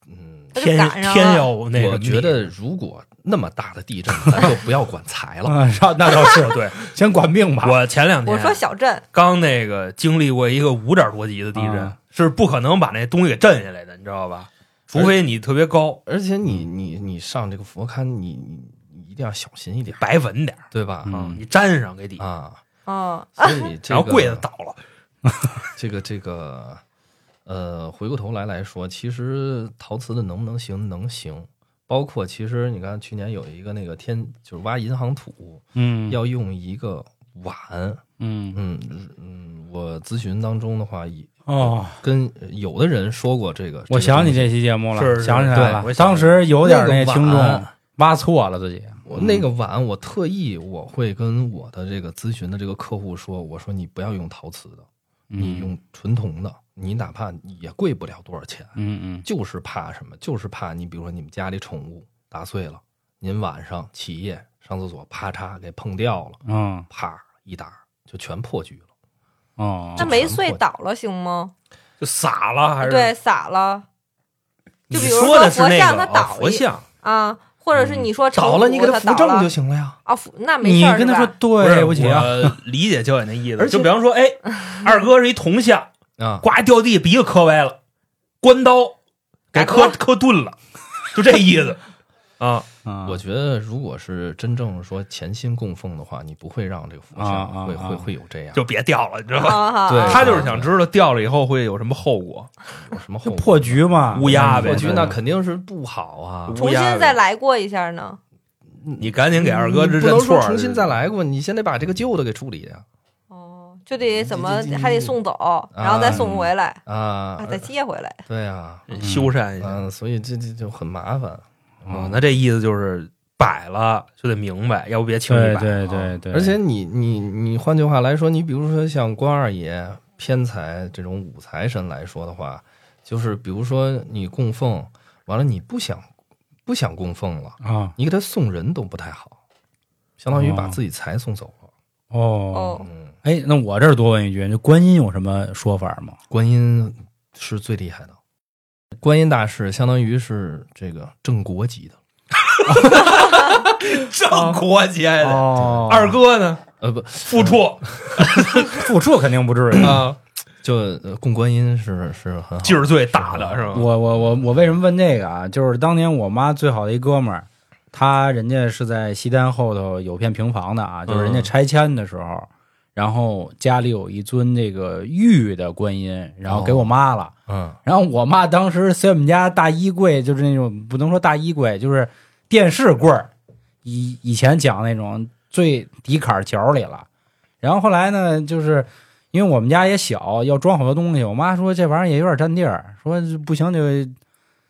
E: 嗯，
D: 他就
C: 天
D: 赶上
C: 天
D: 了
C: 要那个，
E: 我觉得如果那么大的地震，咱就不要管 财了。
B: 啊，那那倒是
C: 对，
B: 先管病吧。
C: 我前两天
D: 我说小震，
C: 刚那个经历过一个五点多级的地震，
B: 啊
C: 是不可能把那东西给震下来的，你知道吧？除非你特别高，
E: 而且你你你上这个佛龛，你你你一定要小心一点，
C: 白稳点儿，
E: 对吧？
B: 嗯
C: 你粘上给底，
E: 啊，
D: 嗯，
E: 所以这个
C: 然后柜子倒了，
E: 这个这个，呃，回过头来来说，其实陶瓷的能不能行，能行。包括其实你看去年有一个那个天，就是挖银行土，
B: 嗯
E: 要用一个碗，
B: 嗯
E: 嗯嗯，我咨询当中的话，也
B: 哦，
E: 跟有的人说过这个，
B: 我想起
E: 这个
B: 这期节目了，
C: 是是
B: 想起来
C: 对
B: 了
C: 我，想
B: 当时有点
E: 那个
B: 听众
E: 碗
B: 挖错了自己。
E: 东西我那个碗，我特意我会跟我的这个咨询的这个客户说，我说你不要用陶瓷的，你
B: 嗯
E: 用纯铜的，你哪怕也贵不了多少钱，
B: 嗯嗯
E: 就是怕什么？就是怕你，比如说你们家里宠物打碎了，您晚上起夜上厕所，啪嚓给碰掉了，
B: 嗯
E: 啪一打就全破局了。
B: 哦
D: 那没碎倒了行吗？
C: 就洒了还是？
D: 对，洒了
C: 你
D: 就比如
C: 说的是
D: 说佛
C: 那
D: 像
C: 个
D: 它
C: 啊
D: 倒
C: 佛
D: 一
C: 像，
D: 啊，或者是你说成
E: 倒了，你给
D: 骨
E: 它
D: 它
E: 扶
D: 倒了
E: 正就行了呀。
D: 啊，扶那没
B: 你
D: 事儿
B: 跟他
D: 是
B: 说
D: 吧
B: 对不起啊，
C: 我理解教演那意思。
E: 而且
C: 就比方 说，哎，二哥是一铜像，
E: 啊，
C: 呱掉地，鼻子磕歪了，关刀给
E: 哎
C: 磕
D: 大
C: 磕钝了，就这意 思啊。
B: 啊
E: 我觉得如果是真正说潜心供奉的话，你不会让这个佛
B: 啊啊
E: 像会
B: 啊
E: 会会有这样，
C: 就别掉了，你知道吧？
D: 啊哈，
E: 对
D: 啊
C: 他就是想知道掉了以后会有什么后果，
E: 有什么
B: 就
E: 后果
B: 破局嘛，
C: 乌鸦呗
E: 破啊局那
B: 对
E: 肯定是不好啊。
D: 重新再来过一下呢。
C: 你赶紧给二哥
E: 你
C: 这
E: 嗯不
C: 认
E: 能
C: 错
E: 说
C: 儿，
E: 重新再来过，你先得把这个旧的给处理呀
D: 哦，就得怎么
E: 你你
D: 还得送走，然后再送回来，
E: 啊
D: 啊，再接回来。
E: 对呀，
C: 嗯修缮一下。
E: 嗯，所以这这就很麻烦。
C: 啊，
E: 嗯
C: 那这意思就是摆了就得明白，要不别轻易摆。
B: 对对对对，
E: 而且你你你，换句话来说，你比如说像关二爷，偏财这种五财神来说的话，就是比如说你供奉完了，你不想不想供奉了，
B: 啊，
E: 你给他送人都不太好，相当于把
B: 哦
E: 自己财送走了。
B: 哦，
D: 哦，
E: 嗯，
B: 哎，那我这儿多问一句，就观音有什么说法吗？
E: 观音是最厉害的，观音大士相当于是这个正国级的，啊
C: 正国节的。
B: 哦
C: 二哥呢？
E: 呃不
C: 付出
B: 付出肯定不至于。
C: 啊，
E: 就呃供观音是是很好。
C: 劲儿最大的是吧？
B: 我我我我为什么问这个啊？就是当年我妈最好的一哥们儿，他人家是在西单后头有片平房的啊，就是
C: 嗯
B: 人家拆迁的时候，然后家里有一尊这个玉的观音，然后给我妈了。
E: 嗯，
B: 然后我妈当时随我们家大衣柜，就是那种不能说大衣柜，就是电视柜儿，以以前讲那种最底坎儿角里了。然后后来呢，就是因为我们家也小，要装好多东西，我妈说这玩意儿也有点占地儿，说不行就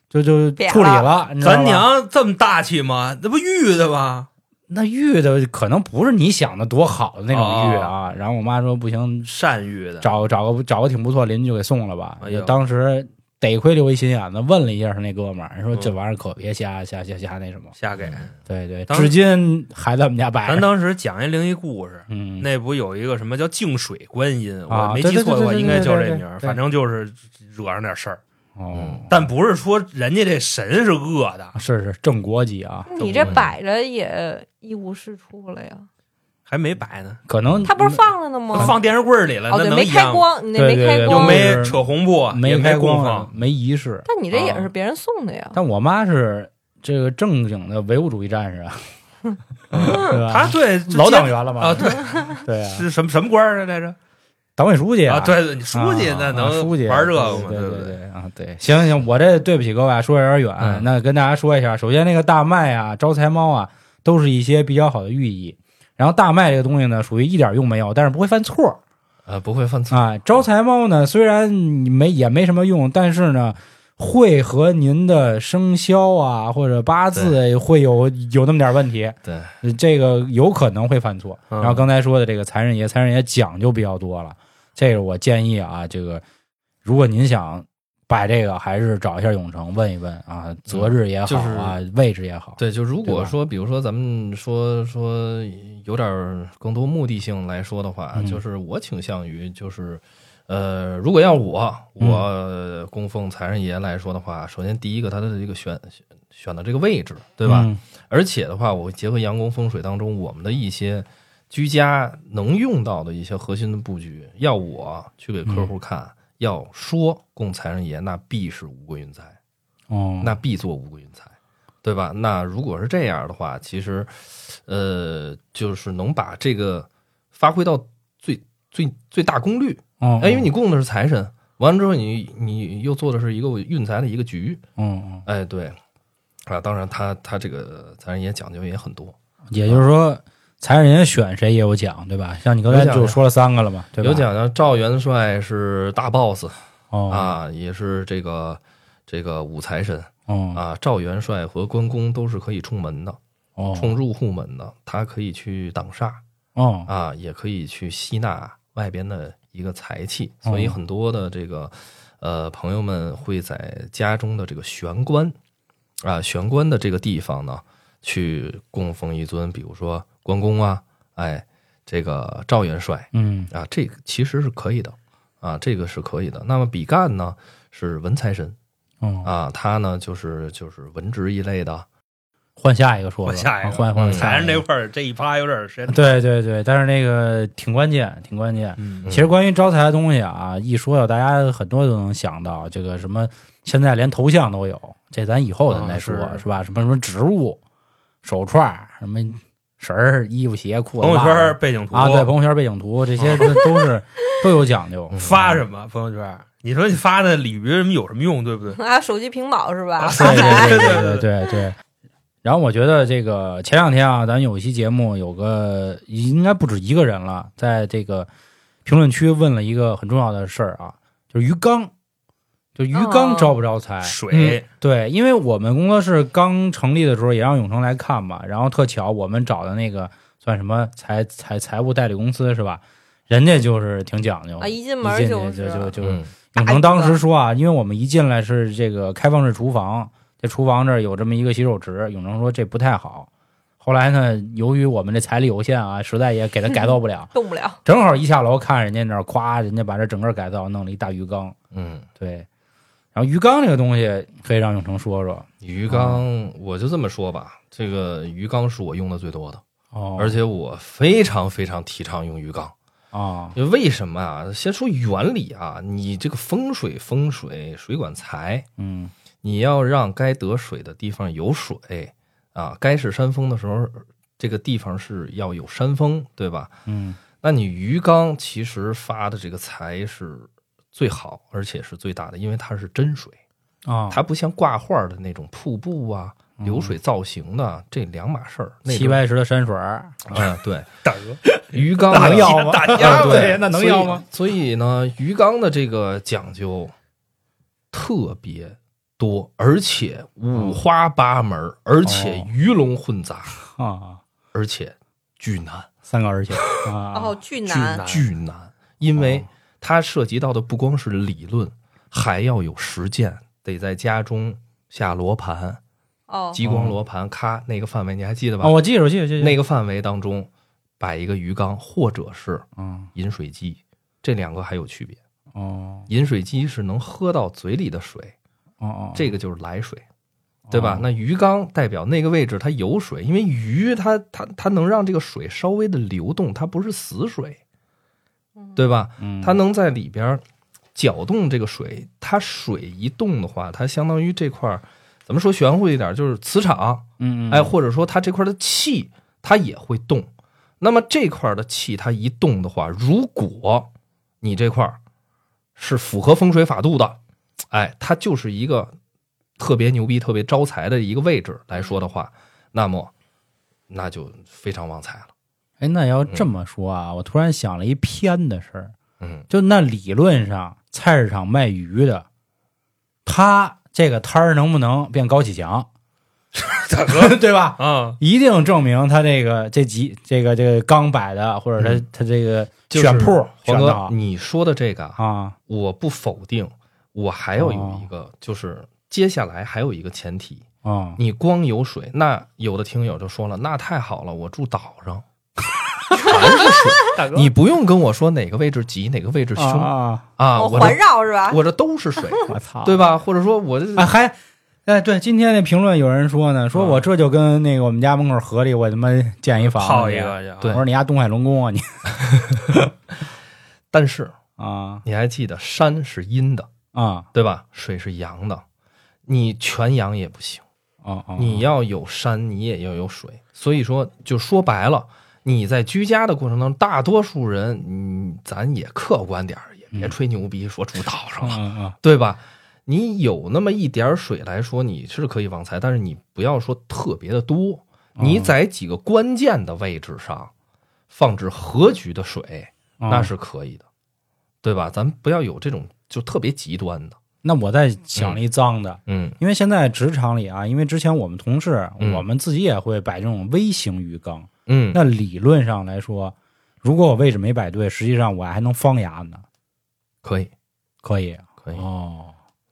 B: 就就
D: 别
B: 处理了。你知道吧
C: 咱娘这么大气吗？那不玉的吗？
B: 那玉的可能不是你想的多好的那种玉啊。然后我妈说不行，
C: 善玉的，
B: 找找个找个挺不错邻居给送了吧。
C: 哎呦
B: 就当时得亏留一心眼子，问了一下啊他那哥们儿，说
C: 嗯
B: 这玩意儿可别瞎瞎瞎瞎那什么。
C: 瞎
E: 嗯
C: 给。
B: 对对，
C: 当
B: 至今还在我们家摆
C: 咱
B: 着。
C: 当时讲一灵异故事，
B: 哎嗯，
C: 那不有一个什么叫净水观音？
B: 啊
C: 我没记错的
B: 对对
C: 话，
B: 对对
C: 应该叫这名
B: 对对
C: 儿。
B: 对对
C: 反正就是惹上点事儿，嗯
B: 哦，
C: 但不是说人家这神是恶的，
B: 啊是是正国级啊，
D: 你这摆着也一无是处了呀。
C: 还没白呢，
B: 可能
D: 它不是放着呢吗？
C: 放电视柜儿里了，
D: 哦，
C: 那
D: 对，
C: 能
D: 没
C: 一
D: 开
C: 样吗？
D: 光，哦你那没
B: 对对
D: 开
B: 对
C: 又
D: 光，
C: 没扯红布，
B: 没
C: 也
B: 开
C: 供
B: 光啊
C: 奉，
B: 没仪式。
D: 但你这也
C: 啊
D: 是别人送的呀。
B: 但我妈是这个正经的唯物主义战士啊，
C: 嗯
B: 对吧？
C: 他对
B: 老党员了
C: 啊，
B: 嘛？
C: 对，
B: 对啊，
C: 是什么什么官儿来着？
B: 党委书记
C: 啊，对，对，你书记
B: 啊
C: 那
B: 啊
C: 能
B: 书记
C: 玩这个吗？
B: 对
C: 对
B: 对对啊，对，行行，我这对不起各位啊，说有点远，
E: 嗯
B: 那跟大家说一下，首先那个大麦啊、招财猫啊，都是一些比较好的寓意。然后大麦这个东西呢，属于一点用没有，但是不会犯错
E: 呃，不会犯错。
B: 啊。招财猫呢，虽然你没也没什么用，但是呢，会和您的生肖啊或者八字会有有那么点问题，
E: 对，
B: 这个有可能会犯错。
C: 嗯
B: 然后刚才说的这个财神爷，财神爷讲究比较多了，这个我建议啊，这个如果您想摆这个，还是找一下永城问一问啊，择日也好啊，位置也好。
E: 嗯对，就如
B: 对
E: 果
B: 吧
E: 说，比如说咱们说说有点儿更多目的性来说的话，
B: 嗯
E: 就是我倾向于就是，呃，如果要我
B: 嗯
E: 我供奉财神爷来说的话，首先第一个他的这个选选选的这个位置，对吧？
B: 嗯
E: 而且的话，我结合阳光风水当中我们的一些居家能用到的一些核心的布局，要我去给客户
B: 嗯
E: 看，要说供财神爷，那必是无贵运财。
B: 哦，
E: 那必做无贵云彩，对吧？那如果是这样的话，其实，呃，就是能把这个发挥到最最最大功率。
B: 哦，
E: 哎，因为你供的是财神，完了之后你你又做的是一个运财的一个局。
B: 嗯，嗯，
E: 哎，对，啊，当然他他这个财神爷讲究也很多，
B: 也就是说，财神爷选谁也有奖，对吧？像你刚才
E: 有奖
B: 就说了三个了嘛，对吧？
E: 有讲究。赵元帅是大 boss
B: 哦，
E: 啊，也是这个这个五财神
B: 哦
E: 啊。赵元帅和关公都是可以冲门的，
B: 哦
E: 冲入户门的，他可以去挡煞。
B: 哦，
E: 啊，也可以去吸纳外边的一个财气，所以
B: 哦
E: 很多的这个呃朋友们会在家中的这个玄关啊玄关的这个地方呢，去供奉一尊，比如说关公啊，哎，这个赵元帅
B: 嗯
E: 啊，这个其实是可以的啊，这个是可以的。那么比干呢是文财神
B: 哦，
E: 啊，他呢就是就是文职一类的，
B: 换下一个说吧，
C: 换下一个
B: 啊换换
E: 嗯
C: 财
B: 下一
C: 神
B: 个
C: 这块儿这一趴有点神。
B: 对对对，但是那个挺关键，挺关键。
C: 嗯
B: 其实关于招财的东西啊，一说到大家很多都能想到，这个什么现在连头像都有，这咱以后咱再说、
C: 啊是
B: 是吧？什么什么植物、手串儿、什么绳儿、衣服、鞋、裤子、
C: 朋友圈
B: 袜
C: 儿
B: 子
C: 背景图
B: 啊，对，朋友圈背景图这些这都是都有讲究。
C: 发什么朋友圈儿？你说你发那鲤鱼什么有什么用，对不对？
D: 啊，手机屏保是 吧？
B: 对对对
C: 对
B: 对
C: 对
B: 对对对。然后我觉得这个前两天啊，咱有一期节目有个应该不止一个人了，在这个评论区问了一个很重要的事儿啊，就是鱼缸，就鱼缸
D: 哦
B: 招不招财？
C: 水
B: 对，因为我们工作室刚成立的时候，也让永成来看嘛，然后特巧我们找的那个算什么财财财务代理公司是吧？人家就是挺讲究的
D: 啊，一进
B: 一
D: 门
B: 进
D: 就
B: 去
D: 是，
B: 就就就
E: 嗯
B: 永成当时说啊，因为我们一进来是这个开放式厨房，这厨房这儿有这么一个洗手池，永成说这不太好。后来呢，由于我们这财力有限啊，实在也给他改造不了
D: 动不了。
B: 正好一下楼看人家那儿，咵，人家把这整个改造弄了一大鱼缸，
E: 嗯，
B: 对。然后鱼缸这个东西可以让永成说说
E: 鱼缸我就这么说吧，这个鱼缸是我用的最多的，
B: 哦，
E: 而且我非常非常提倡用鱼缸。
B: 啊，
E: 为什么啊？先说原理啊，你这个风水风水水管材，
B: 嗯
E: 你要让该得水的地方有水啊，该是山峰的时候，这个地方是要有山峰，对吧？
B: 嗯
E: 那你鱼缸其实发的这个财是最好，而且是最大的，因为它是真水，
B: 啊，嗯
E: 它不像挂画的那种瀑布啊、流水造型的，这两码事儿。那
B: 齐
E: 种
B: 白石的山水儿
E: 啊，对，
C: 大哥，
E: 鱼缸
B: 那
E: 的
B: 能要 吗？
C: 大
E: 啊
C: 家
E: 对
C: 对，，那能要吗？
E: 所以？所以呢，鱼缸的这个讲究特别多，而且五花八门，而且鱼龙混杂，
B: 啊，
E: 而且巨难，
B: 三个而且啊，
D: 哦，巨
E: 巨
D: 难，
E: 巨难，因为它涉及到的不光是理论，还要有实践，得在家中下罗盘，
D: 哦，
E: 激光罗盘，咔，那个范围你还记得吧？
B: 哦，我记着，我记着，记着
E: 那个范围当中摆一个鱼缸，或者是
B: 嗯
E: 饮水机，这两个还有区别。
B: 哦
E: 饮水机是能喝到嘴里的水，
B: 哦哦，
E: 这个就是来水，对吧
B: 哦？
E: 那鱼缸代表那个位置它有水，因为鱼它它它能让这个水稍微的流动，它不是死水，对吧？
B: 嗯
E: 它能在里边儿搅动这个水，它水一动的话，它相当于这块儿怎么说玄乎一点儿，就是磁场，
B: 嗯嗯
E: 哎，或者说它这块儿的气它也会动。那么这块儿的气它一动的话，如果你这块儿是符合风水法度的，哎，它就是一个特别牛逼、特别招财的一个位置来说的话，那么那就非常旺财了。
B: 哎，那要这么说啊，我突然想了一偏的事儿，
E: 嗯
B: 就那理论上菜市场卖鱼的，他这个摊儿能不能变高启强，
C: 大哥
B: 对吧？
C: 啊，
B: 一定证明他这个这几这个这个刚摆的，或者他、
E: 嗯
B: 他这个
E: 就
B: 选
E: 是
B: 铺选
E: 黄
B: 的
E: 哥，
B: 好
E: 你说的这个啊，
B: 啊，
E: 我不否定，我还要有
B: 哦
E: 一个，就是接下来还有一个前提，
B: 哦，
E: 你光有水，那有的听友就说了，那太好了，我住岛上， 全是水，
C: 大哥，
E: 你不用跟我说哪个位置急，哪个位置凶啊
B: 啊，
D: 哦
E: 我
D: 环
E: 这
D: 绕啊是吧？
E: 我这都是水，
B: 我操，
E: 对吧？或者说我这
B: 啊，还，哎，对，今天那评论有人说呢，说
E: 啊
B: 我这就跟那个我们家门口河里，我他妈建一房子
C: 泡一
B: 去
C: 个去，
E: 对
B: 我说你家东海龙宫啊，你
E: 但是
B: 啊
E: 你还记得山是阴的，
B: 啊
E: 对吧？水是阳的，你全阳也不行，
B: 啊啊！
E: 你要有山，你也要有水。所以说，就说白了，你在居家的过程当中，大多数人，嗯，咱也客观点儿，也别吹牛逼说住岛上了，
B: 嗯嗯
E: 对吧？你有那么一点儿水来说，你是可以旺财，但是你不要说特别的多，
B: 哦
E: 你在几个关键的位置上放置合局的水，
B: 嗯，
E: 那
B: 啊
E: 是可以的，对吧？咱不要有这种就特别极端的，
B: 那我再想了一脏的，
E: 嗯
B: 因为现在职场里啊，因为之前我们同事，
E: 嗯
B: 我们自己也会摆这种微型鱼缸。
E: 嗯，
B: 那理论上来说，如果我位置没摆对，实际上我还能方牙呢，
E: 可以
B: 可以
E: 可以。
B: 哦。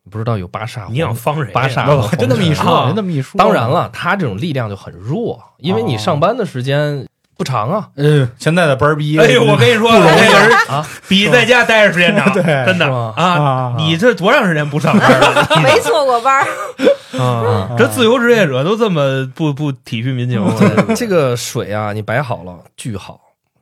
E: 不知道有八煞，
C: 你想方谁呀？
E: 八煞
B: 我我就那么一说，我
E: 啊
B: 就那么一说。
E: 当然，了，他这种力量就很弱，因为你上班的时间不长啊，
B: 呃，现在的班儿逼，
C: 哎呦，我跟你说，这个人
E: 啊
C: 比在家待着时间长，
B: 对
C: 真的
E: 是吗
B: 啊
C: 啊！你这多长时间不上班 了？
D: 没错过班儿，
E: 啊，
C: 这自由职业者都这么不不体恤民情，
B: 嗯
C: 我
E: 这个水啊，你摆好了，巨好。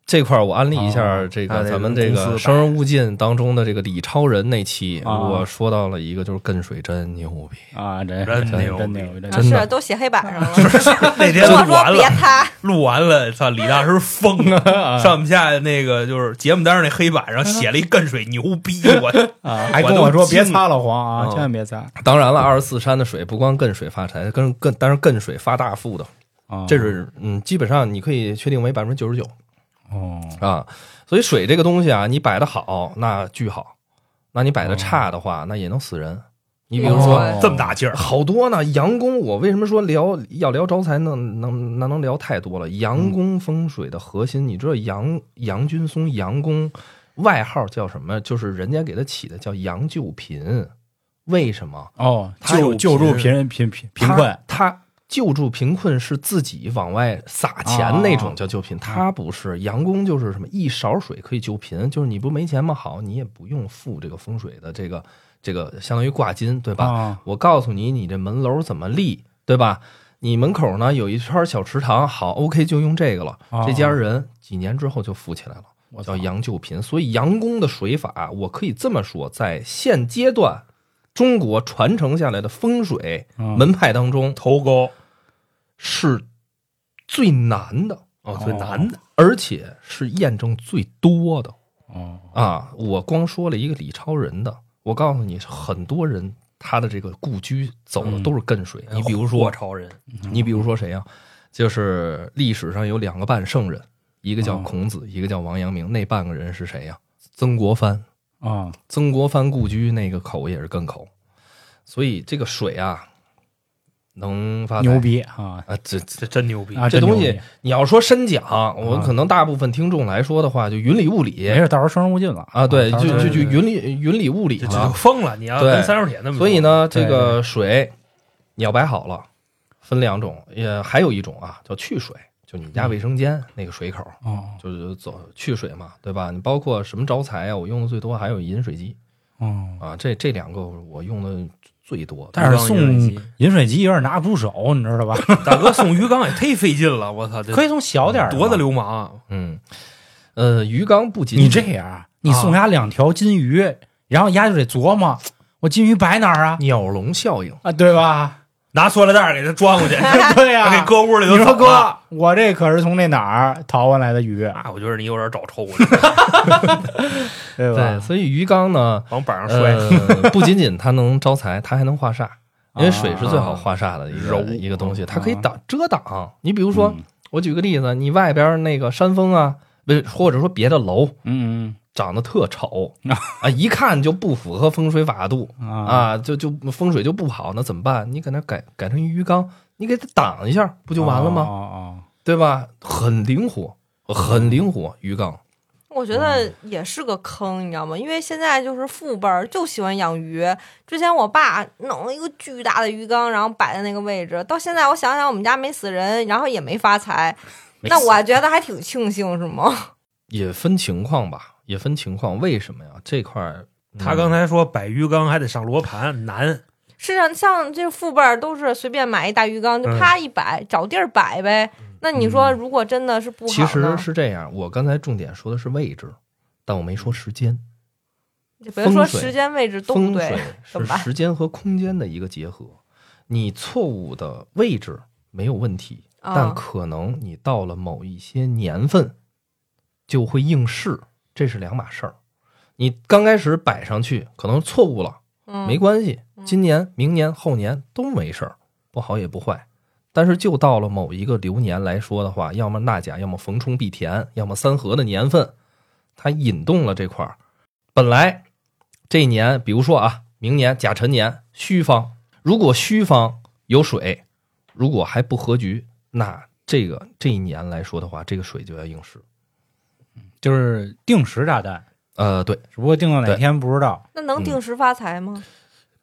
E: 这块儿我安利一下
B: 哦
E: 这
C: 啊
E: 个
C: 这
E: 咱们
C: 个
E: 这
C: 公司
E: 个
C: 摆
E: 《生人勿近》当中的这个李超人那期，
B: 啊
E: 我说到了一个就是跟水真牛逼，
B: 啊，真
C: 真
B: 真
C: 牛
B: 真
C: 逼
B: 牛，真
D: 啊
B: 牛
E: 真的
D: 是都写黑板上了。
C: 那天
D: 跟我
C: 录
D: 说
C: 完
D: 别
C: 了，
D: 擦，
C: 录完了，操！李大师疯
B: 啊
C: 了，上下那个就是节目单上那黑板上写了一艮水牛逼，我
B: 啊！还
C: 我
B: 跟
C: 都
B: 我说
C: 惊
B: 别
C: 了
B: 擦老黄啊，
E: 嗯
B: 千万别擦
E: 当然了，二十四山的水不光艮水发财，跟艮但是艮水发大富的，
B: 啊！
E: 这是嗯，基本上你可以确定为百分之九十九
B: 哦，
E: 啊。所以水这个东西啊，你摆的好，那巨好；那你摆的差的话，那也能死人你比如说，
D: 哦
C: 这么大劲儿，
E: 好多呢，阳宫，我为什么说聊要聊招财呢？能那能聊太多了。阳宫风水的核心，你知道杨杨君松杨宫外号叫什么？就是人家给他起的叫杨救贫。为什么？
B: 哦，
E: 他有
B: 救救助
E: 贫
B: 贫人贫贫贫困，
E: 他，他救助贫困是自己往外撒钱那
B: 啊
E: 种叫救贫，他不是杨公就是什么一勺水可以救贫，就是你不没钱吗？好，你也不用付这个风水的这个这个相当于挂金，对吧？
B: 啊
E: 我告诉你，你这门楼怎么立，对吧？你门口呢有一圈小池塘，好，OK 就用这个了。
B: 哦
E: 这家人几年之后就富起来了。
B: 我
E: 叫
B: 操
E: 杨救贫。所以杨公的水法，我可以这么说，在现阶段中国传承下来的风水
B: 嗯
E: 门派当中
C: 头高
E: 是最难的，
C: 哦，最难的
E: 而且是验证最多的
B: 哦，
E: 啊！我光说了一个李超人的，我告诉你，很多人他的这个故居走的都是艮水。你比如
C: 霍
E: 说，
C: 超人，
E: 你比如说谁呀、啊就是历史上有两个半圣人，一个叫
B: 嗯
E: 孔子，一个叫王阳明。那半个人是谁呀、曾国藩。
B: 啊
E: 曾国藩故居那个口也是艮口，所以这个水啊，能发财
B: 牛逼啊
E: 啊！这这
C: 这真牛逼！
B: 啊！
E: 这
B: 真
E: 东
B: 牛逼
E: 西，你要说深讲，我可能大部分听众来说的话，就云里雾
B: 啊没
E: 里
B: 事，到时候生人勿近了
E: 啊，对，
B: 到
E: 就
B: 时候
E: 就就
C: 对对
E: 云里云里雾里
C: 这这就
E: 了。
C: 疯了！你要
E: 啊对
C: 跟三角铁那么，
E: 所以，呢，
B: 对
E: 这
B: 对
E: 个水你要摆好了，分两种，也还有一种啊，叫去水，就你家卫生间那个水口，
B: 嗯哦
E: 就是走去水嘛，对吧？你包括什么招财啊，我用的最多还有饮水机
B: 哦，
E: 啊，这这两个我用的最多。
B: 但是送
C: 鱼缸
B: 饮
C: 饮水机
B: 水机有点拿不住手，你知道吧？
C: 大哥送鱼缸也忒费劲了，我操，这
B: 可以送小点儿的嘛，
C: 多大流氓啊！
E: 嗯，呃，鱼缸不仅
B: 你这样啊，你送他两条金鱼，然后丫就得琢磨，我金鱼摆哪儿啊？
E: 鸟笼效应，
B: 啊，对吧？
C: 拿塑料袋儿给他装过去，
B: 对呀、
C: 给搁屋里头
B: 你
C: 走
B: 说
C: 了。
B: 哥，我这可是从那哪儿淘回来的鱼，啊
C: 那我觉得你有点找抽了，
B: 对吧？
E: 所以鱼缸呢，
C: 往板上摔。
E: 呃，不仅仅它能招财，它还能化 煞，因为
B: 啊
E: 水是最好化煞的一个
C: 柔
E: 一个东西，
B: 嗯
E: 它可以挡遮挡。你比如说，我举个例子，你外边那个山峰啊，不是或者说别的楼
B: 嗯
E: 长得特丑
B: 啊
E: 啊，一看就不符合风水法度
B: 嗯 啊
E: 啊，就就风水就不好，那怎么办？你给它改改成鱼缸，你给它挡一下，不就完了吗？
B: 哦
E: 对吧？很灵活，很灵活，鱼缸。
D: 我觉
E: 嗯
D: 得也是个坑，你知道吗？因为现在就是父辈儿就喜欢养鱼。之前我爸弄了一个巨大的鱼缸，然后摆在那个位置，到现在我想想，我们家没死人，然后也没发 财，
B: 没
D: 那我觉得还挺庆幸，是吗？
E: 也分情况吧，也分情况。为什么呀？这块儿
B: 嗯
C: 他刚才说摆鱼缸还得上罗盘，难。
D: 是啊，像这父辈儿都是随便买一大鱼缸就
E: 嗯
D: 啪一摆，找地儿摆呗。那你说，如果真的是不好
E: 其
D: 呢？
E: 实是这样，我刚才重点说的是位置，但我没说时间。
D: 就别说
E: 风水
D: 时间位置都不
E: 风
D: 对
E: 水，
D: 怎
E: 是
D: 么办
E: 时间和空间的一个结合，你错误的位置没有问题，
D: 啊
E: 但可能你到了某一些年份就会应试，这是两码事儿。你刚开始摆上去可能错误了，
D: 嗯，
E: 没关系，今年、明年、后年都没事儿，不好也不坏。但是就到了某一个流年来说的话，要么纳甲，要么逢冲必填，要么三合的年份，它引动了这块儿。本来这一年，比如说啊，明年甲辰年戌方，如果戌方有水，如果还不合局，那这个这一年来说的话，这个水就要应试。
B: 就是定时炸弹，
E: 呃，对，
B: 只不过定到哪
E: 对
B: 天不知道。
D: 那
E: 嗯
D: 能定时发财吗？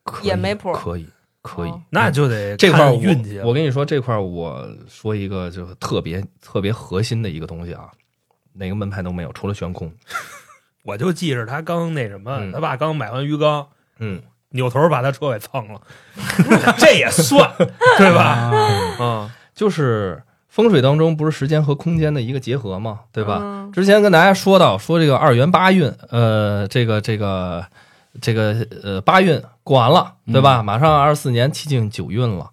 E: 可
D: 也
E: 以
D: 没谱儿
E: 可以，可以。
D: 哦
C: 那就得
E: 这块儿
C: 看
E: 我
C: 运气了。啊
E: 我跟你说，这块儿我说一个就是特别特别核心的一个东西啊，哪个门派都没有，除了悬空。
C: 我就记着他刚那什么，
E: 嗯
C: 他爸刚买完鱼缸，
E: 嗯，
C: 扭头把他车给蹭了， 这也算对吧？
B: 啊
C: 啊，
E: 就是风水当中不是时间和空间的一个结合嘛，对吧？
D: 嗯
E: 之前跟大家说到说这个二元八运，呃，这个这个这个呃八运过完了，对吧？马上二十四年七进九运了。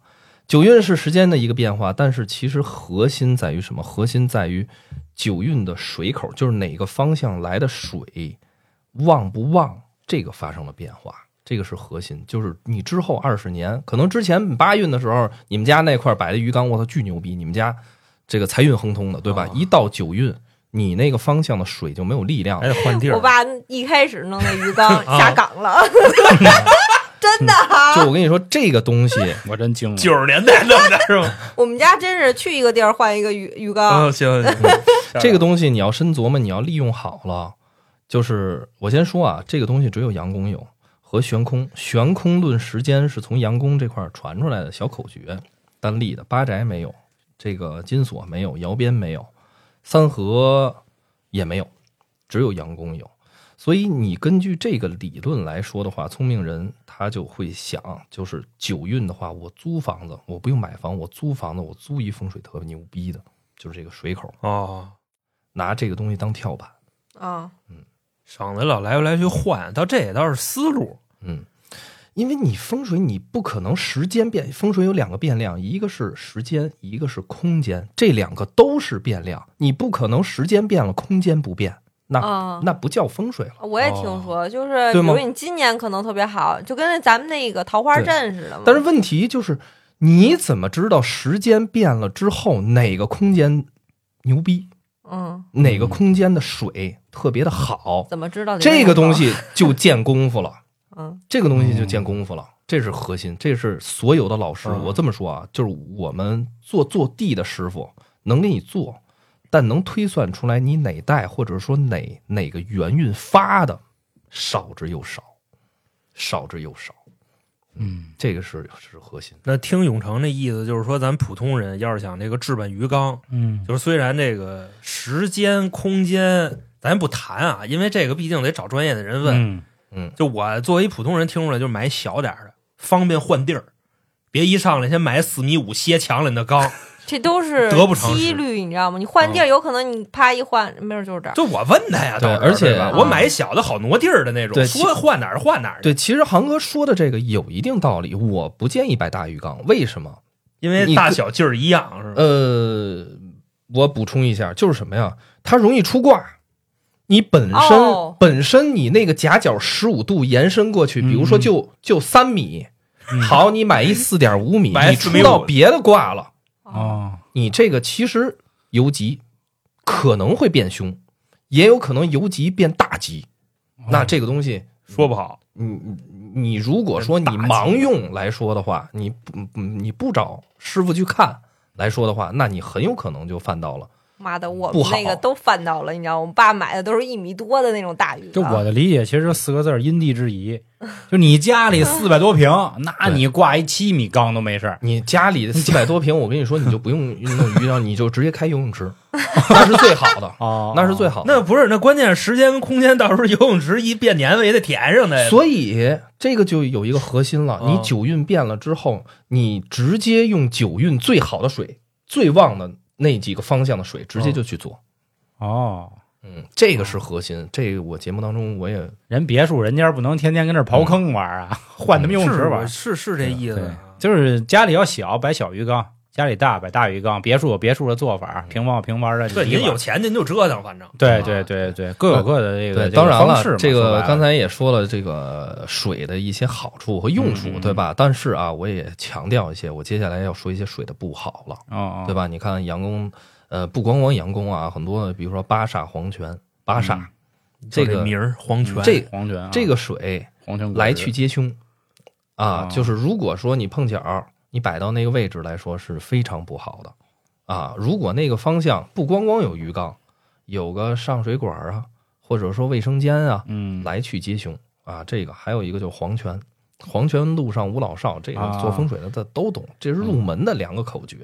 E: 九运是时间的一个变化，但是其实核心在于什么？核心在于九运的水口，就是哪个方向来的水，旺不旺，这个发生了变化，这个是核心。就是你之后二十年，可能之前八运的时候，你们家那块摆的鱼缸，我操，巨牛逼，你们家这个财运亨通的，对吧？
C: 啊
E: 一到九运，你那个方向的水
C: 哎
E: 就没有力量
C: 还，得换地儿。
D: 我爸一开始弄那鱼缸
C: 啊
D: 下岗了，真的啊、
E: 就我跟你说，这个东西，
B: 我真惊了。
C: 九十年代弄的是吗？
D: 我们家真是去一个地儿换一个鱼鱼缸。
C: 嗯，行，行行
E: 这个东西你要深琢磨，你要利用好了。就是我先说啊，这个东西只有杨公有和悬空，悬空论时间是从杨公这块儿传出来的小口诀，单立的八宅没有，这个金锁没有，姚边没有，三合也没有，只有杨公有。所以你根据这个理论来说的话，聪明人他就会想，就是九运的话，我租房子，我不用买房，我租房子，我租一风水特别牛逼的，就是这个水口。
C: 哦，
E: 拿这个东西当跳板。
D: 啊，
C: 嗓子老来来去换，到这也倒是思路。
E: 嗯，因为你风水你不可能时间变，风水有两个变量，一个是时间，一个是空间，这两个都是变量，你不可能时间变了，空间不变，那、
D: 啊
E: 那不叫风水了。
D: 我也听说，就是比
E: 对吗
D: 如你今年可能特别好，就跟咱们那个桃花阵似的嘛。
E: 但是问题就是，你怎么知道时间变了之后哪个空间牛逼，
D: 嗯，
E: 哪个空间的水特别的好？
D: 怎么知道
E: 这个东？西就见功夫了。
D: 嗯
E: 这个东西就见功夫了，这是核心，这是所有的老师。
B: 嗯
E: 我这么说啊，就是我们做做地的师傅能给你做，但能推算出来你哪代或者说哪哪个元运发的少之又少，少之又少，
B: 嗯，
E: 这个是是核心。
C: 那听永成那意思，就是说咱普通人要是想这个置办鱼缸，
B: 嗯，
C: 就是虽然这个时间、空间咱不谈啊，因为这个毕竟得找专业的人问。
B: 嗯，
C: 就我作为普通人听出来，就是买小点儿的，方便换地儿，别一上来先买四米五歇墙里那 缸。
D: 这都是
C: 得不偿失
D: 几率，你知道吗？你换
E: 哦
D: 地儿，有可能你啪一换，没准就是这儿。
C: 就我问他呀，
E: 对
C: 到时候
E: 而且
C: 对吧
E: 啊
C: 我买小的好挪地儿的那种，
E: 对
C: 说换哪儿换哪儿去。
E: 对，其实航哥说的这个有一定道理，我不建议摆大鱼缸，为什么？
C: 因为
E: 你
C: 大小劲儿一样是吧？
E: 呃，我补充一下，就是什么呀？它容易出挂。你本身、
D: 哦
E: 本身你那个夹角十五度延伸过去，比如
B: 嗯
E: 说
B: 嗯
E: 就就三米，好，你买一四点五米，
C: 买
E: 你
C: 4.5
E: 出到别的挂了，
D: 哦，
B: 哦，
E: 你这个其实游击可能会变凶，也有可能游击变大吉。那这个东西，
C: 说不好，
E: 你你你如果说你
C: 大吉
E: 盲用来说的话，你不嗯你不找师傅去看来说的话，那你很有可能就犯到了。
D: 妈的，我
E: 不
D: 们
E: 好
D: 那个都翻到了，你知道，我们爸买的都是一米多的那种大鱼。
B: 就我，的理解，其实就四个字儿：因地制宜。就你家里四百多 平，那你挂一七米缸都没事儿。
E: 你家里四百多平，我跟你说，你就不用弄鱼缸，你就直接开游泳池，那是最好的，
B: 哦，
E: 那是最好的。
C: 那不是那关键是时间跟空间，到时候游泳池一变年味也得填上它呀。
E: 哎所以这个就有一个核心了，
C: 哦
E: 你九运变了之后，你直接用九运最好的水、最旺的那几个方向的水，直接就去做。
B: 哦，
E: 嗯，这个是核心，这个我节目当中我也
B: 人别墅人家不能天天跟那儿刨坑玩儿啊，换他们游泳池玩儿。
C: 是是这意思
B: 对
C: 啊，。
B: 就是家里要小摆小鱼缸，家里大摆大鱼缸，别墅有别墅的做法，平房有平房的
C: 对，
B: 理
C: 您
B: 法
C: 有。钱您就折腾，反正啊
B: 对对对对，各有各的这个。这
E: 对，
B: 个
E: 当然
B: 方式
E: 了
B: 嘛，
E: 这
B: 说白
E: 个
B: 了
E: 刚才也说了这个水的一些好处和用处
B: 嗯嗯，嗯
E: 对吧？但是啊，我也强调一些，我接下来要说一些水的不好了。
B: 哦，哦
E: 对？吧？你看杨公，呃，不光光杨公啊，很多的，比如说巴萨黄泉、巴萨、
B: 嗯
E: 这
C: 就
E: 个
C: 名儿黄泉，
E: 这
B: 黄泉啊，
E: 这个水
B: 黄泉果
E: 来
B: 汁
E: 去皆凶
B: 哦
E: 啊，就是如果说你碰巧你摆到那个位置来说是非常不好的啊。如果那个方向不光光有鱼缸，有个上水管啊，或者说卫生间啊，
B: 嗯，
E: 来去皆凶啊。这个还有一个就是黄泉。黄泉路上无老少，这个
B: 啊嗯
E: 做风水的他都懂，这是入门的两个口诀，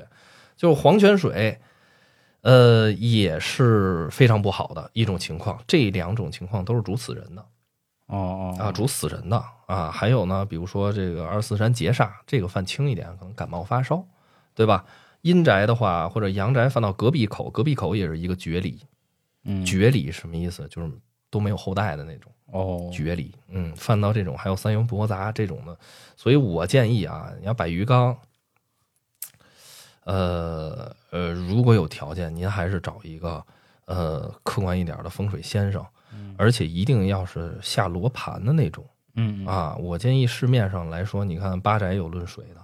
E: 就是黄泉水，呃，也是非常不好的一种情况。这两种情况都是主死人的
B: 哦哦
E: 啊，主死人的啊。还有呢，比如说这个二四三劫煞，这个犯轻一点，可能感冒发烧，对吧？阴宅的话，或者阳宅犯到隔壁口，隔壁口也是一个绝理，
B: 嗯
E: 绝理什么意思？就是都没有后代的那种。
B: 哦
E: 绝理，嗯，犯到这种还有三元驳杂这种的，所以我建议啊，你要摆鱼缸，呃呃，如果有条件，您还是找一个呃客观一点的风水先生，而且一定要是下罗盘的那种
B: 嗯嗯
E: 啊。我建议市面上来说，你看八宅有论水的，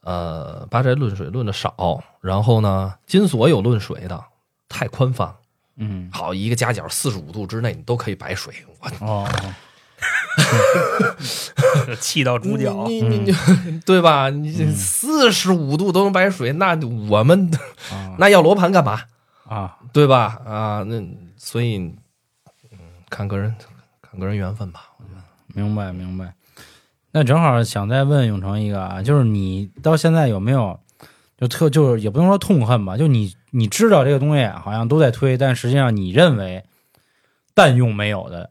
E: 呃，八宅论水论的少，然后呢，金锁有论水的，太宽泛了。
B: 嗯
E: 好，一个夹角四十五度之内，你都可以摆水，我
B: 哦哦
C: 气到猪脚。
E: 你你你，对吧？你四十五度都能白水，那我们
B: 啊
E: 那要罗盘干嘛？
B: 啊，
E: 对吧？啊，那所以，嗯，看个人，看个人缘分吧。
B: 明白明白。那正好想再问永成一个啊，就是你到现在有没有就特就是也不能说痛恨吧，就你你知道这个东西好像都在推，但实际上你认为但用没有的，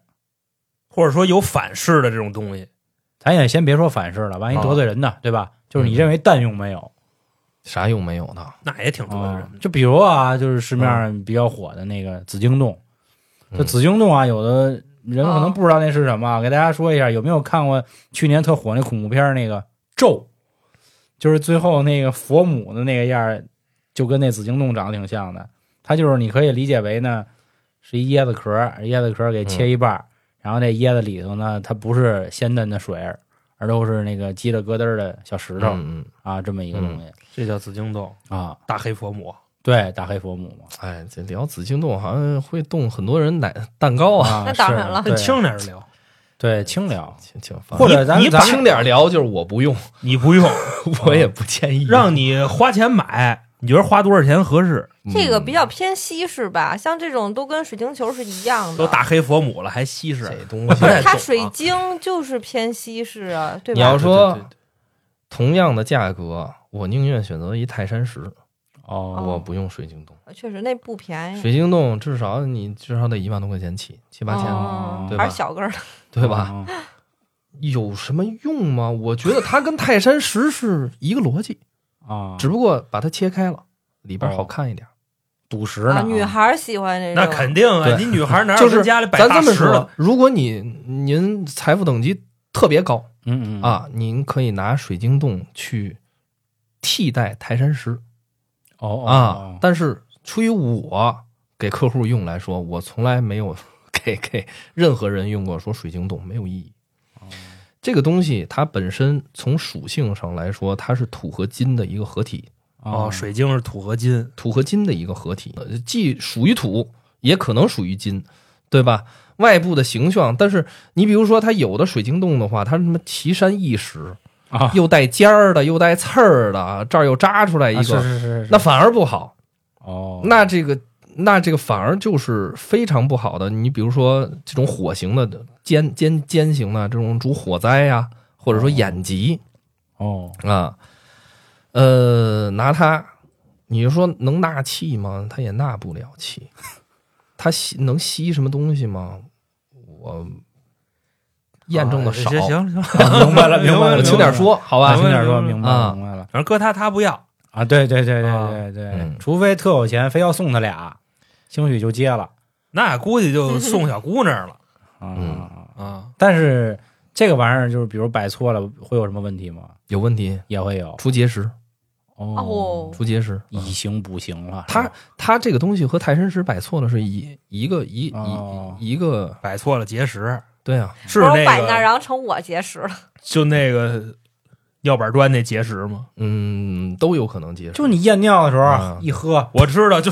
C: 或者说有反噬的这种东西，
B: 咱也先别说反噬了，万一得罪人呢，对吧？就是你认为但用没有
E: 啥用没有呢？
C: 那也挺多的
B: 啊
C: 人。，
B: 就比如啊，就是市面上比较火的那个紫晶洞，这紫晶洞啊，有的人可能不知道那是什么啊，给大家说一下，有没有看过去年特火那恐怖片儿那个《咒》，就是最后那个佛母的那个样儿，就跟那紫晶洞长得挺像的。它就是你可以理解为呢，是一椰子壳儿，椰子壳儿给切一半儿，然后那椰子里头呢，它不是鲜嫩的水儿，而都是那个叽里咯噔儿的小石头、
E: 嗯嗯，
B: 啊，这么一个东西、
C: 这叫紫晶洞，
B: 啊。
C: 大黑佛母，
B: 对，大黑佛母嘛。
E: 哎，这聊紫晶洞好像会动很多人奶蛋糕啊，
B: 啊
D: 那当然了
B: 对
C: 跟轻点儿聊。
B: 对轻聊，
E: 挺挺烦。
B: 或者咱
C: 你
B: 们
C: 你
B: 咱
C: 把
B: 们
E: 轻点聊，就是我不用，
C: 你不用
E: 我也不建议。嗯
C: 让你花钱买，你觉得花多少钱合适？
E: 嗯
D: 这个比较偏西式吧，像这种都跟水晶球是一样的。
C: 都大黑佛母了，还稀释？
E: 这东西
C: 不太懂啊
D: 它水晶就是偏西式啊，对吧？
E: 哎你要说
C: 对对对
E: 同样的价格，我宁愿选择一泰山石，
B: 哦，
E: 我不用水晶洞。
D: 确实那不便宜，
E: 水晶洞至少你至少得一万多块钱起，七八千，
D: 哦
E: 对吧
D: 还是小个儿的。
E: 对吧？
B: 哦？
E: 有什么用吗？我觉得它跟泰山石是一个逻辑，
B: 啊，
E: 只不过把它切开了，里边
B: 哦
E: 好看一点。
B: 赌石
D: 啊
B: 呢？
D: 女孩儿喜欢这种，
C: 那肯定啊，
E: 对
C: 你女孩哪
E: 就
C: 有
E: 是
C: 跟家里摆
E: 咱
C: 大
E: 这么
C: 石
E: 说
C: 的？，
E: 如果你您财富等级特别高
B: 嗯嗯，
E: 啊，您可以拿水晶洞去替代泰山石
B: 哦哦
E: 啊
B: 哦。
E: 但是出于我给客户用来说，我从来没有 给给任何人用过说水晶洞没有意义。
B: 哦
E: 这个东西它本身从属性上来说，它是土和金的一个合体，
C: 哦，
B: 哦
C: 水晶是土和金，
E: 土和金的一个合体，呃既属于土，也可能属于金，对吧？外部的形象，但是你比如说，它有的水晶洞的话，它是什么奇山异石，
B: 啊，
E: 又带尖儿的，又带刺儿的，这儿又扎出来
B: 啊
E: 一个，
B: 是是是是，
E: 那反而不好。
B: 哦，
E: 那这个，那这个反而就是非常不好的。你比如说这种火型的尖尖尖型的这种主火灾呀、或者说眼疾，
B: 哦
E: 啊，呃，拿它，你说能纳气吗？它也纳不了气，它吸能吸什么东西吗？我验证的
C: 啊
E: 少，
C: 行行行，
B: 明 白了明白了
E: 我轻点说，好吧
B: 啊，
C: 明
B: 听
C: 白了
B: 点说，明白
E: 啊
B: 了明白了
C: 反正搁他他不要，
B: 啊，对对对
C: 啊
B: 对对对
E: 嗯，
B: 除非特有钱，非要送他俩，兴许就接了
C: 那估计
D: 嗯
C: 就送小姑那儿了
B: 啊
E: 嗯。
C: 啊。
B: 但是这个玩意儿就是，比如摆错了会有什么问题吗？
E: 有问题，
B: 也会有
E: 出结石，
D: 哦，
E: 出结石。
B: 以形补形了。是
E: 它
B: 吧
E: 它这个东西和泰山石摆错了，是一一个一
B: 哦
E: 一一个，
C: 摆错了结石，
E: 对啊，
C: 是
D: 不是
C: 那
D: 我摆那儿，
C: 个
D: 然后成我结石了。
C: 就那个药板砖那结石吗？
E: 嗯，都有可能结石。
B: 就你验尿的时候
E: 啊
B: 一喝
C: 我知道，就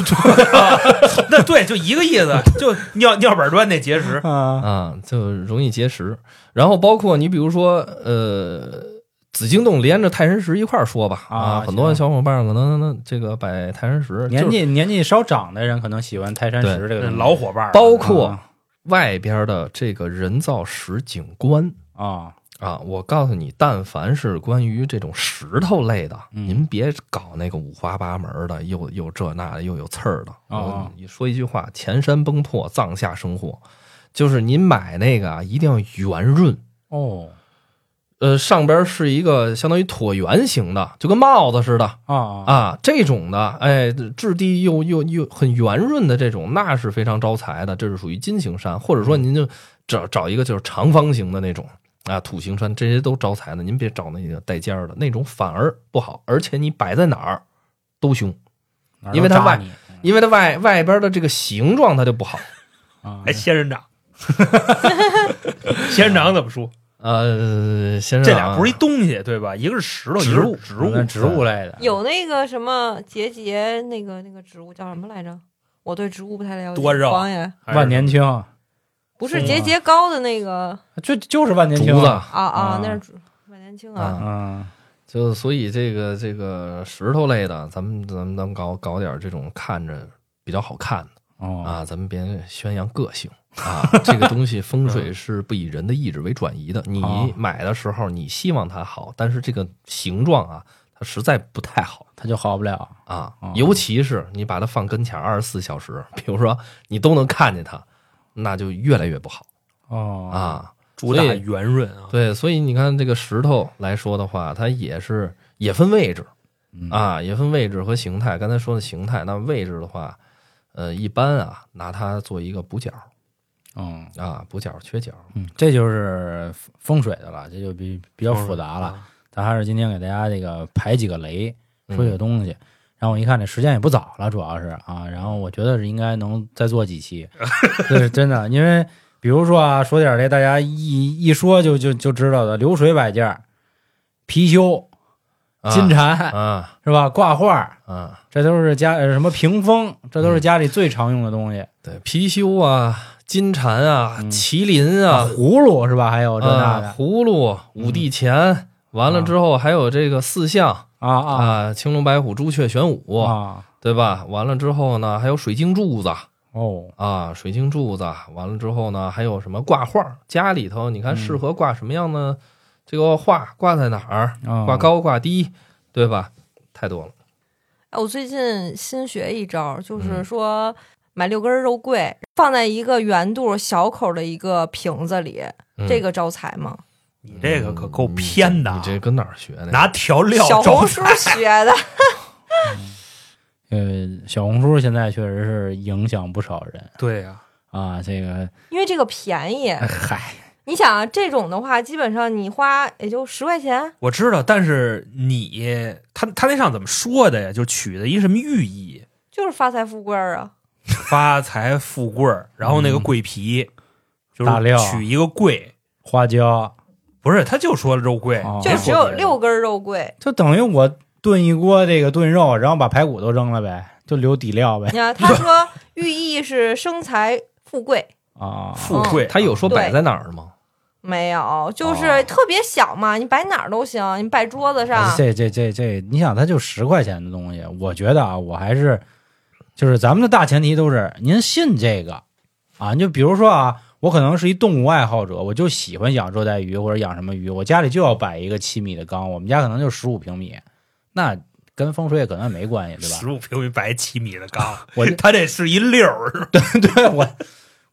C: 那对，就一个意思，就尿尿板砖那结 石，
B: 啊
E: 啊，就容易结石。然后包括你比如说，呃，紫晶洞连着泰山石一块儿说吧，
B: 啊
E: 啊，
B: 行
E: 很多小伙伴可能那这个摆泰山石，
B: 年
E: 就是
B: 纪年纪稍长的人可能喜欢泰山石这个东西
C: 老伙伴儿
E: 包括
B: 啊
E: 外边的这个人造石景观
B: 啊
E: 啊，我告诉你，但凡是关于这种石头类的，
B: 嗯
E: 您别搞那个五花八门的，又又这那的，又有刺儿的。
B: 哦
E: 我你说一句话，前山崩破，藏下生祸，就是您买那个啊，一定要圆润。
B: 哦
E: 呃，上边是一个相当于椭圆形的，就跟帽子似的
B: 啊啊
E: 啊，这种的，哎，质地又又又很圆润的这种，那是非常招财的，这是属于金型山，或者说您就找找一个就是长方形的那种啊，土形山，这些都招财的，您别找那个带尖儿的那种，反而不好，而且你摆在哪儿都凶，
B: 哪儿都
E: 因为它
B: 扎
E: 外
B: 你
E: 因为它外外边的这个形状它就不好，
B: 啊
C: 哎，仙人掌， 仙人掌怎么说？
E: 呃，先
C: 这俩不是一东西对吧？一个是石头，一
B: 植
C: 个
B: 物嗯
C: 是植物
B: 那。植物类的
D: 有那个什么结节，那个那个植物叫什么来着？我对植物不太了解。
C: 多肉
D: 黄爷，
C: 还是
B: 万年青
D: 不是节节高的那个
B: 就就是万年
E: 竹
B: 青
E: 子
B: 啊
D: 啊
B: 啊
D: 啊，那是主万年青啊，
E: 啊，
B: 嗯，
E: 就所以这个这个石头类的，咱们咱们咱们搞搞点这种看着比较好看的
B: 哦，
E: 啊，咱们别宣扬个性啊，这个东西风水是不以人的意志为转移的。
B: 嗯好
E: 你买的时候你希望它好，但是这个形状啊，它实在不太好。
B: 它就好不了。
E: 啊
B: 哦，
E: 尤其是你把它放跟前二十四小时，比如说你都能看见它，那就越来越不好
B: 哦，
E: 啊。
C: 主打
E: 所以
C: 圆润啊，
E: 对，所以你看这个石头来说的话，它也是也分位置
B: 嗯，
E: 啊，也分位置和形态。刚才说的形态，那位置的话，呃，一般啊拿它做一个补角
B: 嗯
E: 啊，补角缺角。
B: 嗯，这就是风水的了，这就比比较复杂了。
C: 啊。
B: 咱还是今天给大家这个排几个雷，
E: 嗯
B: 说几个东西。然后我一看这时间也不早了，主要是啊，然后我觉得是应该能再做几 期，对，真的，因为比如说啊，说点这大家一一说就就就知道的，流水摆件儿、貔貅、
E: 啊
B: 金蟾、
E: 啊
B: 是吧？挂画，
E: 啊，
B: 这都是家呃什么屏风，这
E: 嗯
B: 都是家里最常用的东西。
E: 对，貔貅啊，金蟾啊，
B: 嗯
E: 麒麟啊，
B: 葫芦是吧？还有这那
E: 啊
B: 的，嗯
E: 葫芦、五帝钱，完了之后还有这个四象
B: 啊啊
E: 啊，青龙白虎、朱雀、玄武，
B: 啊
E: 对吧？完了之后呢，还有水晶柱子
B: 哦，
E: 啊，水晶柱子。完了之后呢，还有什么挂画？家里头
B: 嗯
E: 你看适合挂什么样的这个画？挂在哪儿？
B: 啊
E: 挂高挂低，对吧？太多了。
D: 哎，我最近新学一招，就是说买六根肉桂，放在一个圆肚小口的一个瓶子里，
E: 嗯
D: 这个招财吗？
C: 嗯你这个可够偏的啊
E: 你，这跟哪儿学的？
C: 拿调料
D: 小
C: 找
D: 红书学的，
B: 呃，小红书现在确实是影响不少人
C: 对呀，
B: 啊。这个
D: 因为这个便宜。
B: 哎嗨，
D: 你想啊，这种的话，基本上你花也就十块钱，
C: 我知道，但是你他他那上怎么说的呀？就取的一什么寓意，
D: 就是发财富贵儿啊。
C: 发财富贵儿，然后那个桂皮，就
B: 嗯
C: 是
B: 大料
C: 取一个桂，
B: 花椒
C: 不是他就说肉桂
B: 哦，
D: 就只有六根 肉桂。
B: 就等于我炖一锅这个炖肉，然后把排骨都扔了呗，就留底料呗
D: 你看，他说寓意是生财富贵，
B: 啊。
C: 富贵，
E: 他有说摆在哪儿吗？
D: 没有，就是
E: 哦
D: 特别小嘛，你摆哪儿都行，你摆桌子上。
B: 啊这这这这，你想，它就十块钱的东西，我觉得啊，我还是就是咱们的大前提都是您信这个啊。你就比如说啊，我可能是一动物爱好者，我就喜欢养热带鱼或者养什么鱼，我家里就要摆一个七米的缸，我们家可能就十五平米，那跟风水也可能也没关系，对吧？
C: 十五平米摆七米的缸，
B: 我
C: 他这是一溜儿，是吧
B: 对 我，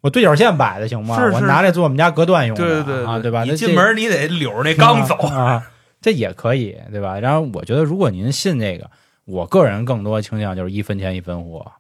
B: 我对角线摆的行吗？
C: 是是
B: 我拿来做我们家隔断用的，
C: 对对对
B: 啊，对吧？
C: 你
B: 那
C: 进
B: 这
C: 门你得溜着那缸走，
B: 啊啊，这也可以，对吧？然后我觉得，如果您信这个，我个人更多倾向就是一分钱一分货，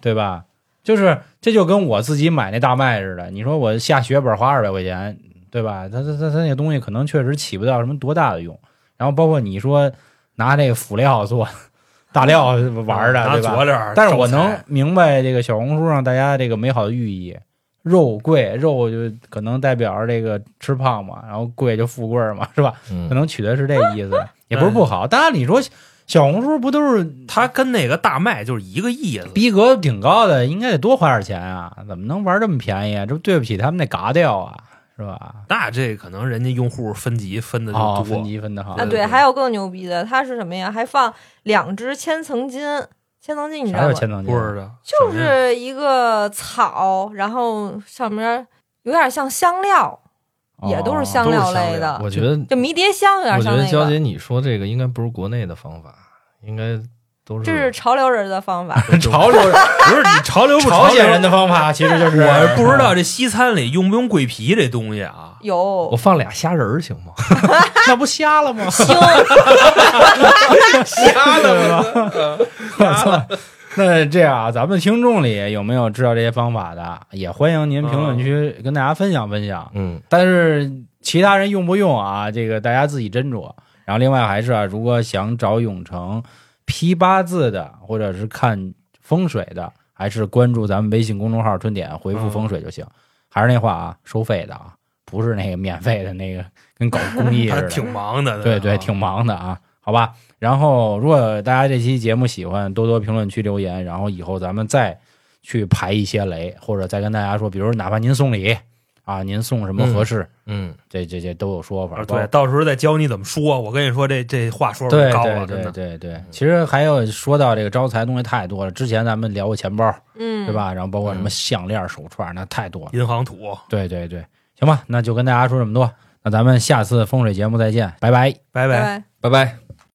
B: 对吧？就是这就跟我自己买那大麦似的，你说我下血本花二百块钱，对吧？它它它它那个东西可能确实起不到什么多大的用。然后包括你说拿这个辅料做 大料玩儿的，
C: 啊拿
B: 对吧？
C: 佐料儿
B: 但是我
C: 招财
B: 能明白这个小红书上大家这个美好的寓意，肉桂肉就可能代表着这个吃胖嘛，然后贵就富贵嘛，是吧？可
E: 嗯，
B: 能取的是这个意思，也不是
C: 嗯
B: 不好。当然你说小红书不都是
C: 它跟那个大麦就是一个意思。
B: 逼格挺高的，应该得多花点钱啊？怎么能玩这么便宜啊？这不对不起他们那嘎掉啊，是吧？
C: 那这可能人家用户分级分的就
B: 哦，
C: 多，
B: 分级分的好
D: 啊，，
C: 对
D: 对，还有更牛逼的，它是什么呀？还放两只千层金，千层金你知
B: 啥叫
D: 道吗？
B: 千层金
C: 不？知 道
D: 就
C: 什么呀
D: 是一个草，然后上面有点像香料，也都是香料类的，
E: 我觉得
D: 啊就迷迭香有点
E: 我觉
D: 像
E: 得
D: 那
E: 娇
D: 个。
E: 姐你说这个应该不是国内的方法，应该都是
D: 这是潮流人的方法，
B: 哦潮流
C: 不是你潮流 不
B: 朝
C: 流
B: 鲜人，的方法其实就是啊
C: 我不知道这西餐里用不用桂皮这东西啊？
E: 我
D: 有
E: 放俩虾仁儿行吗？
B: 那不瞎了吗？
D: 腥，
E: 瞎了
B: 我操！那这样啊，咱们听众里有没有知道这些方法的？也欢迎您评论区跟大家分享分享。
E: 嗯，
B: 但是其他人用不用啊？这个大家自己斟酌。然后另外还是啊，如果想找永成批八字的，或者是看风水的，还是关注咱们微信公众号“春点”，回复“风水”就行。还是那话啊，收费的啊，不是那个免费的那个，跟搞公益似
C: 他
B: 的。
C: 挺忙的，
B: 对
C: 对
B: 对，
C: 啊
B: 挺忙的啊，好吧。然后，如果大家这期节目喜欢，多多评论区留言，然后以后咱们再去排一些雷，或者再跟大家说，比如哪怕您送礼啊，您送什么合适，
E: 嗯，
B: 这这这都有说法。
C: 啊
B: 包
C: 对，到时候再教你怎么说。我跟你说，这这话说
B: 对
C: 的高
B: 对
C: 了，真
B: 对
C: 的。嗯
B: 对对，其实还有说到这个招财东西太多了，之前咱们聊过钱包，
D: 嗯，
B: 对？吧？然后包括什么
E: 嗯
B: 项链、手串，那太多了。
C: 银行土，
B: 对对对，行吧，那就跟大家说这么多，那咱们下次风水节目再见，拜拜。
C: 拜
D: 拜
C: 拜。
D: 拜。
E: 拜拜。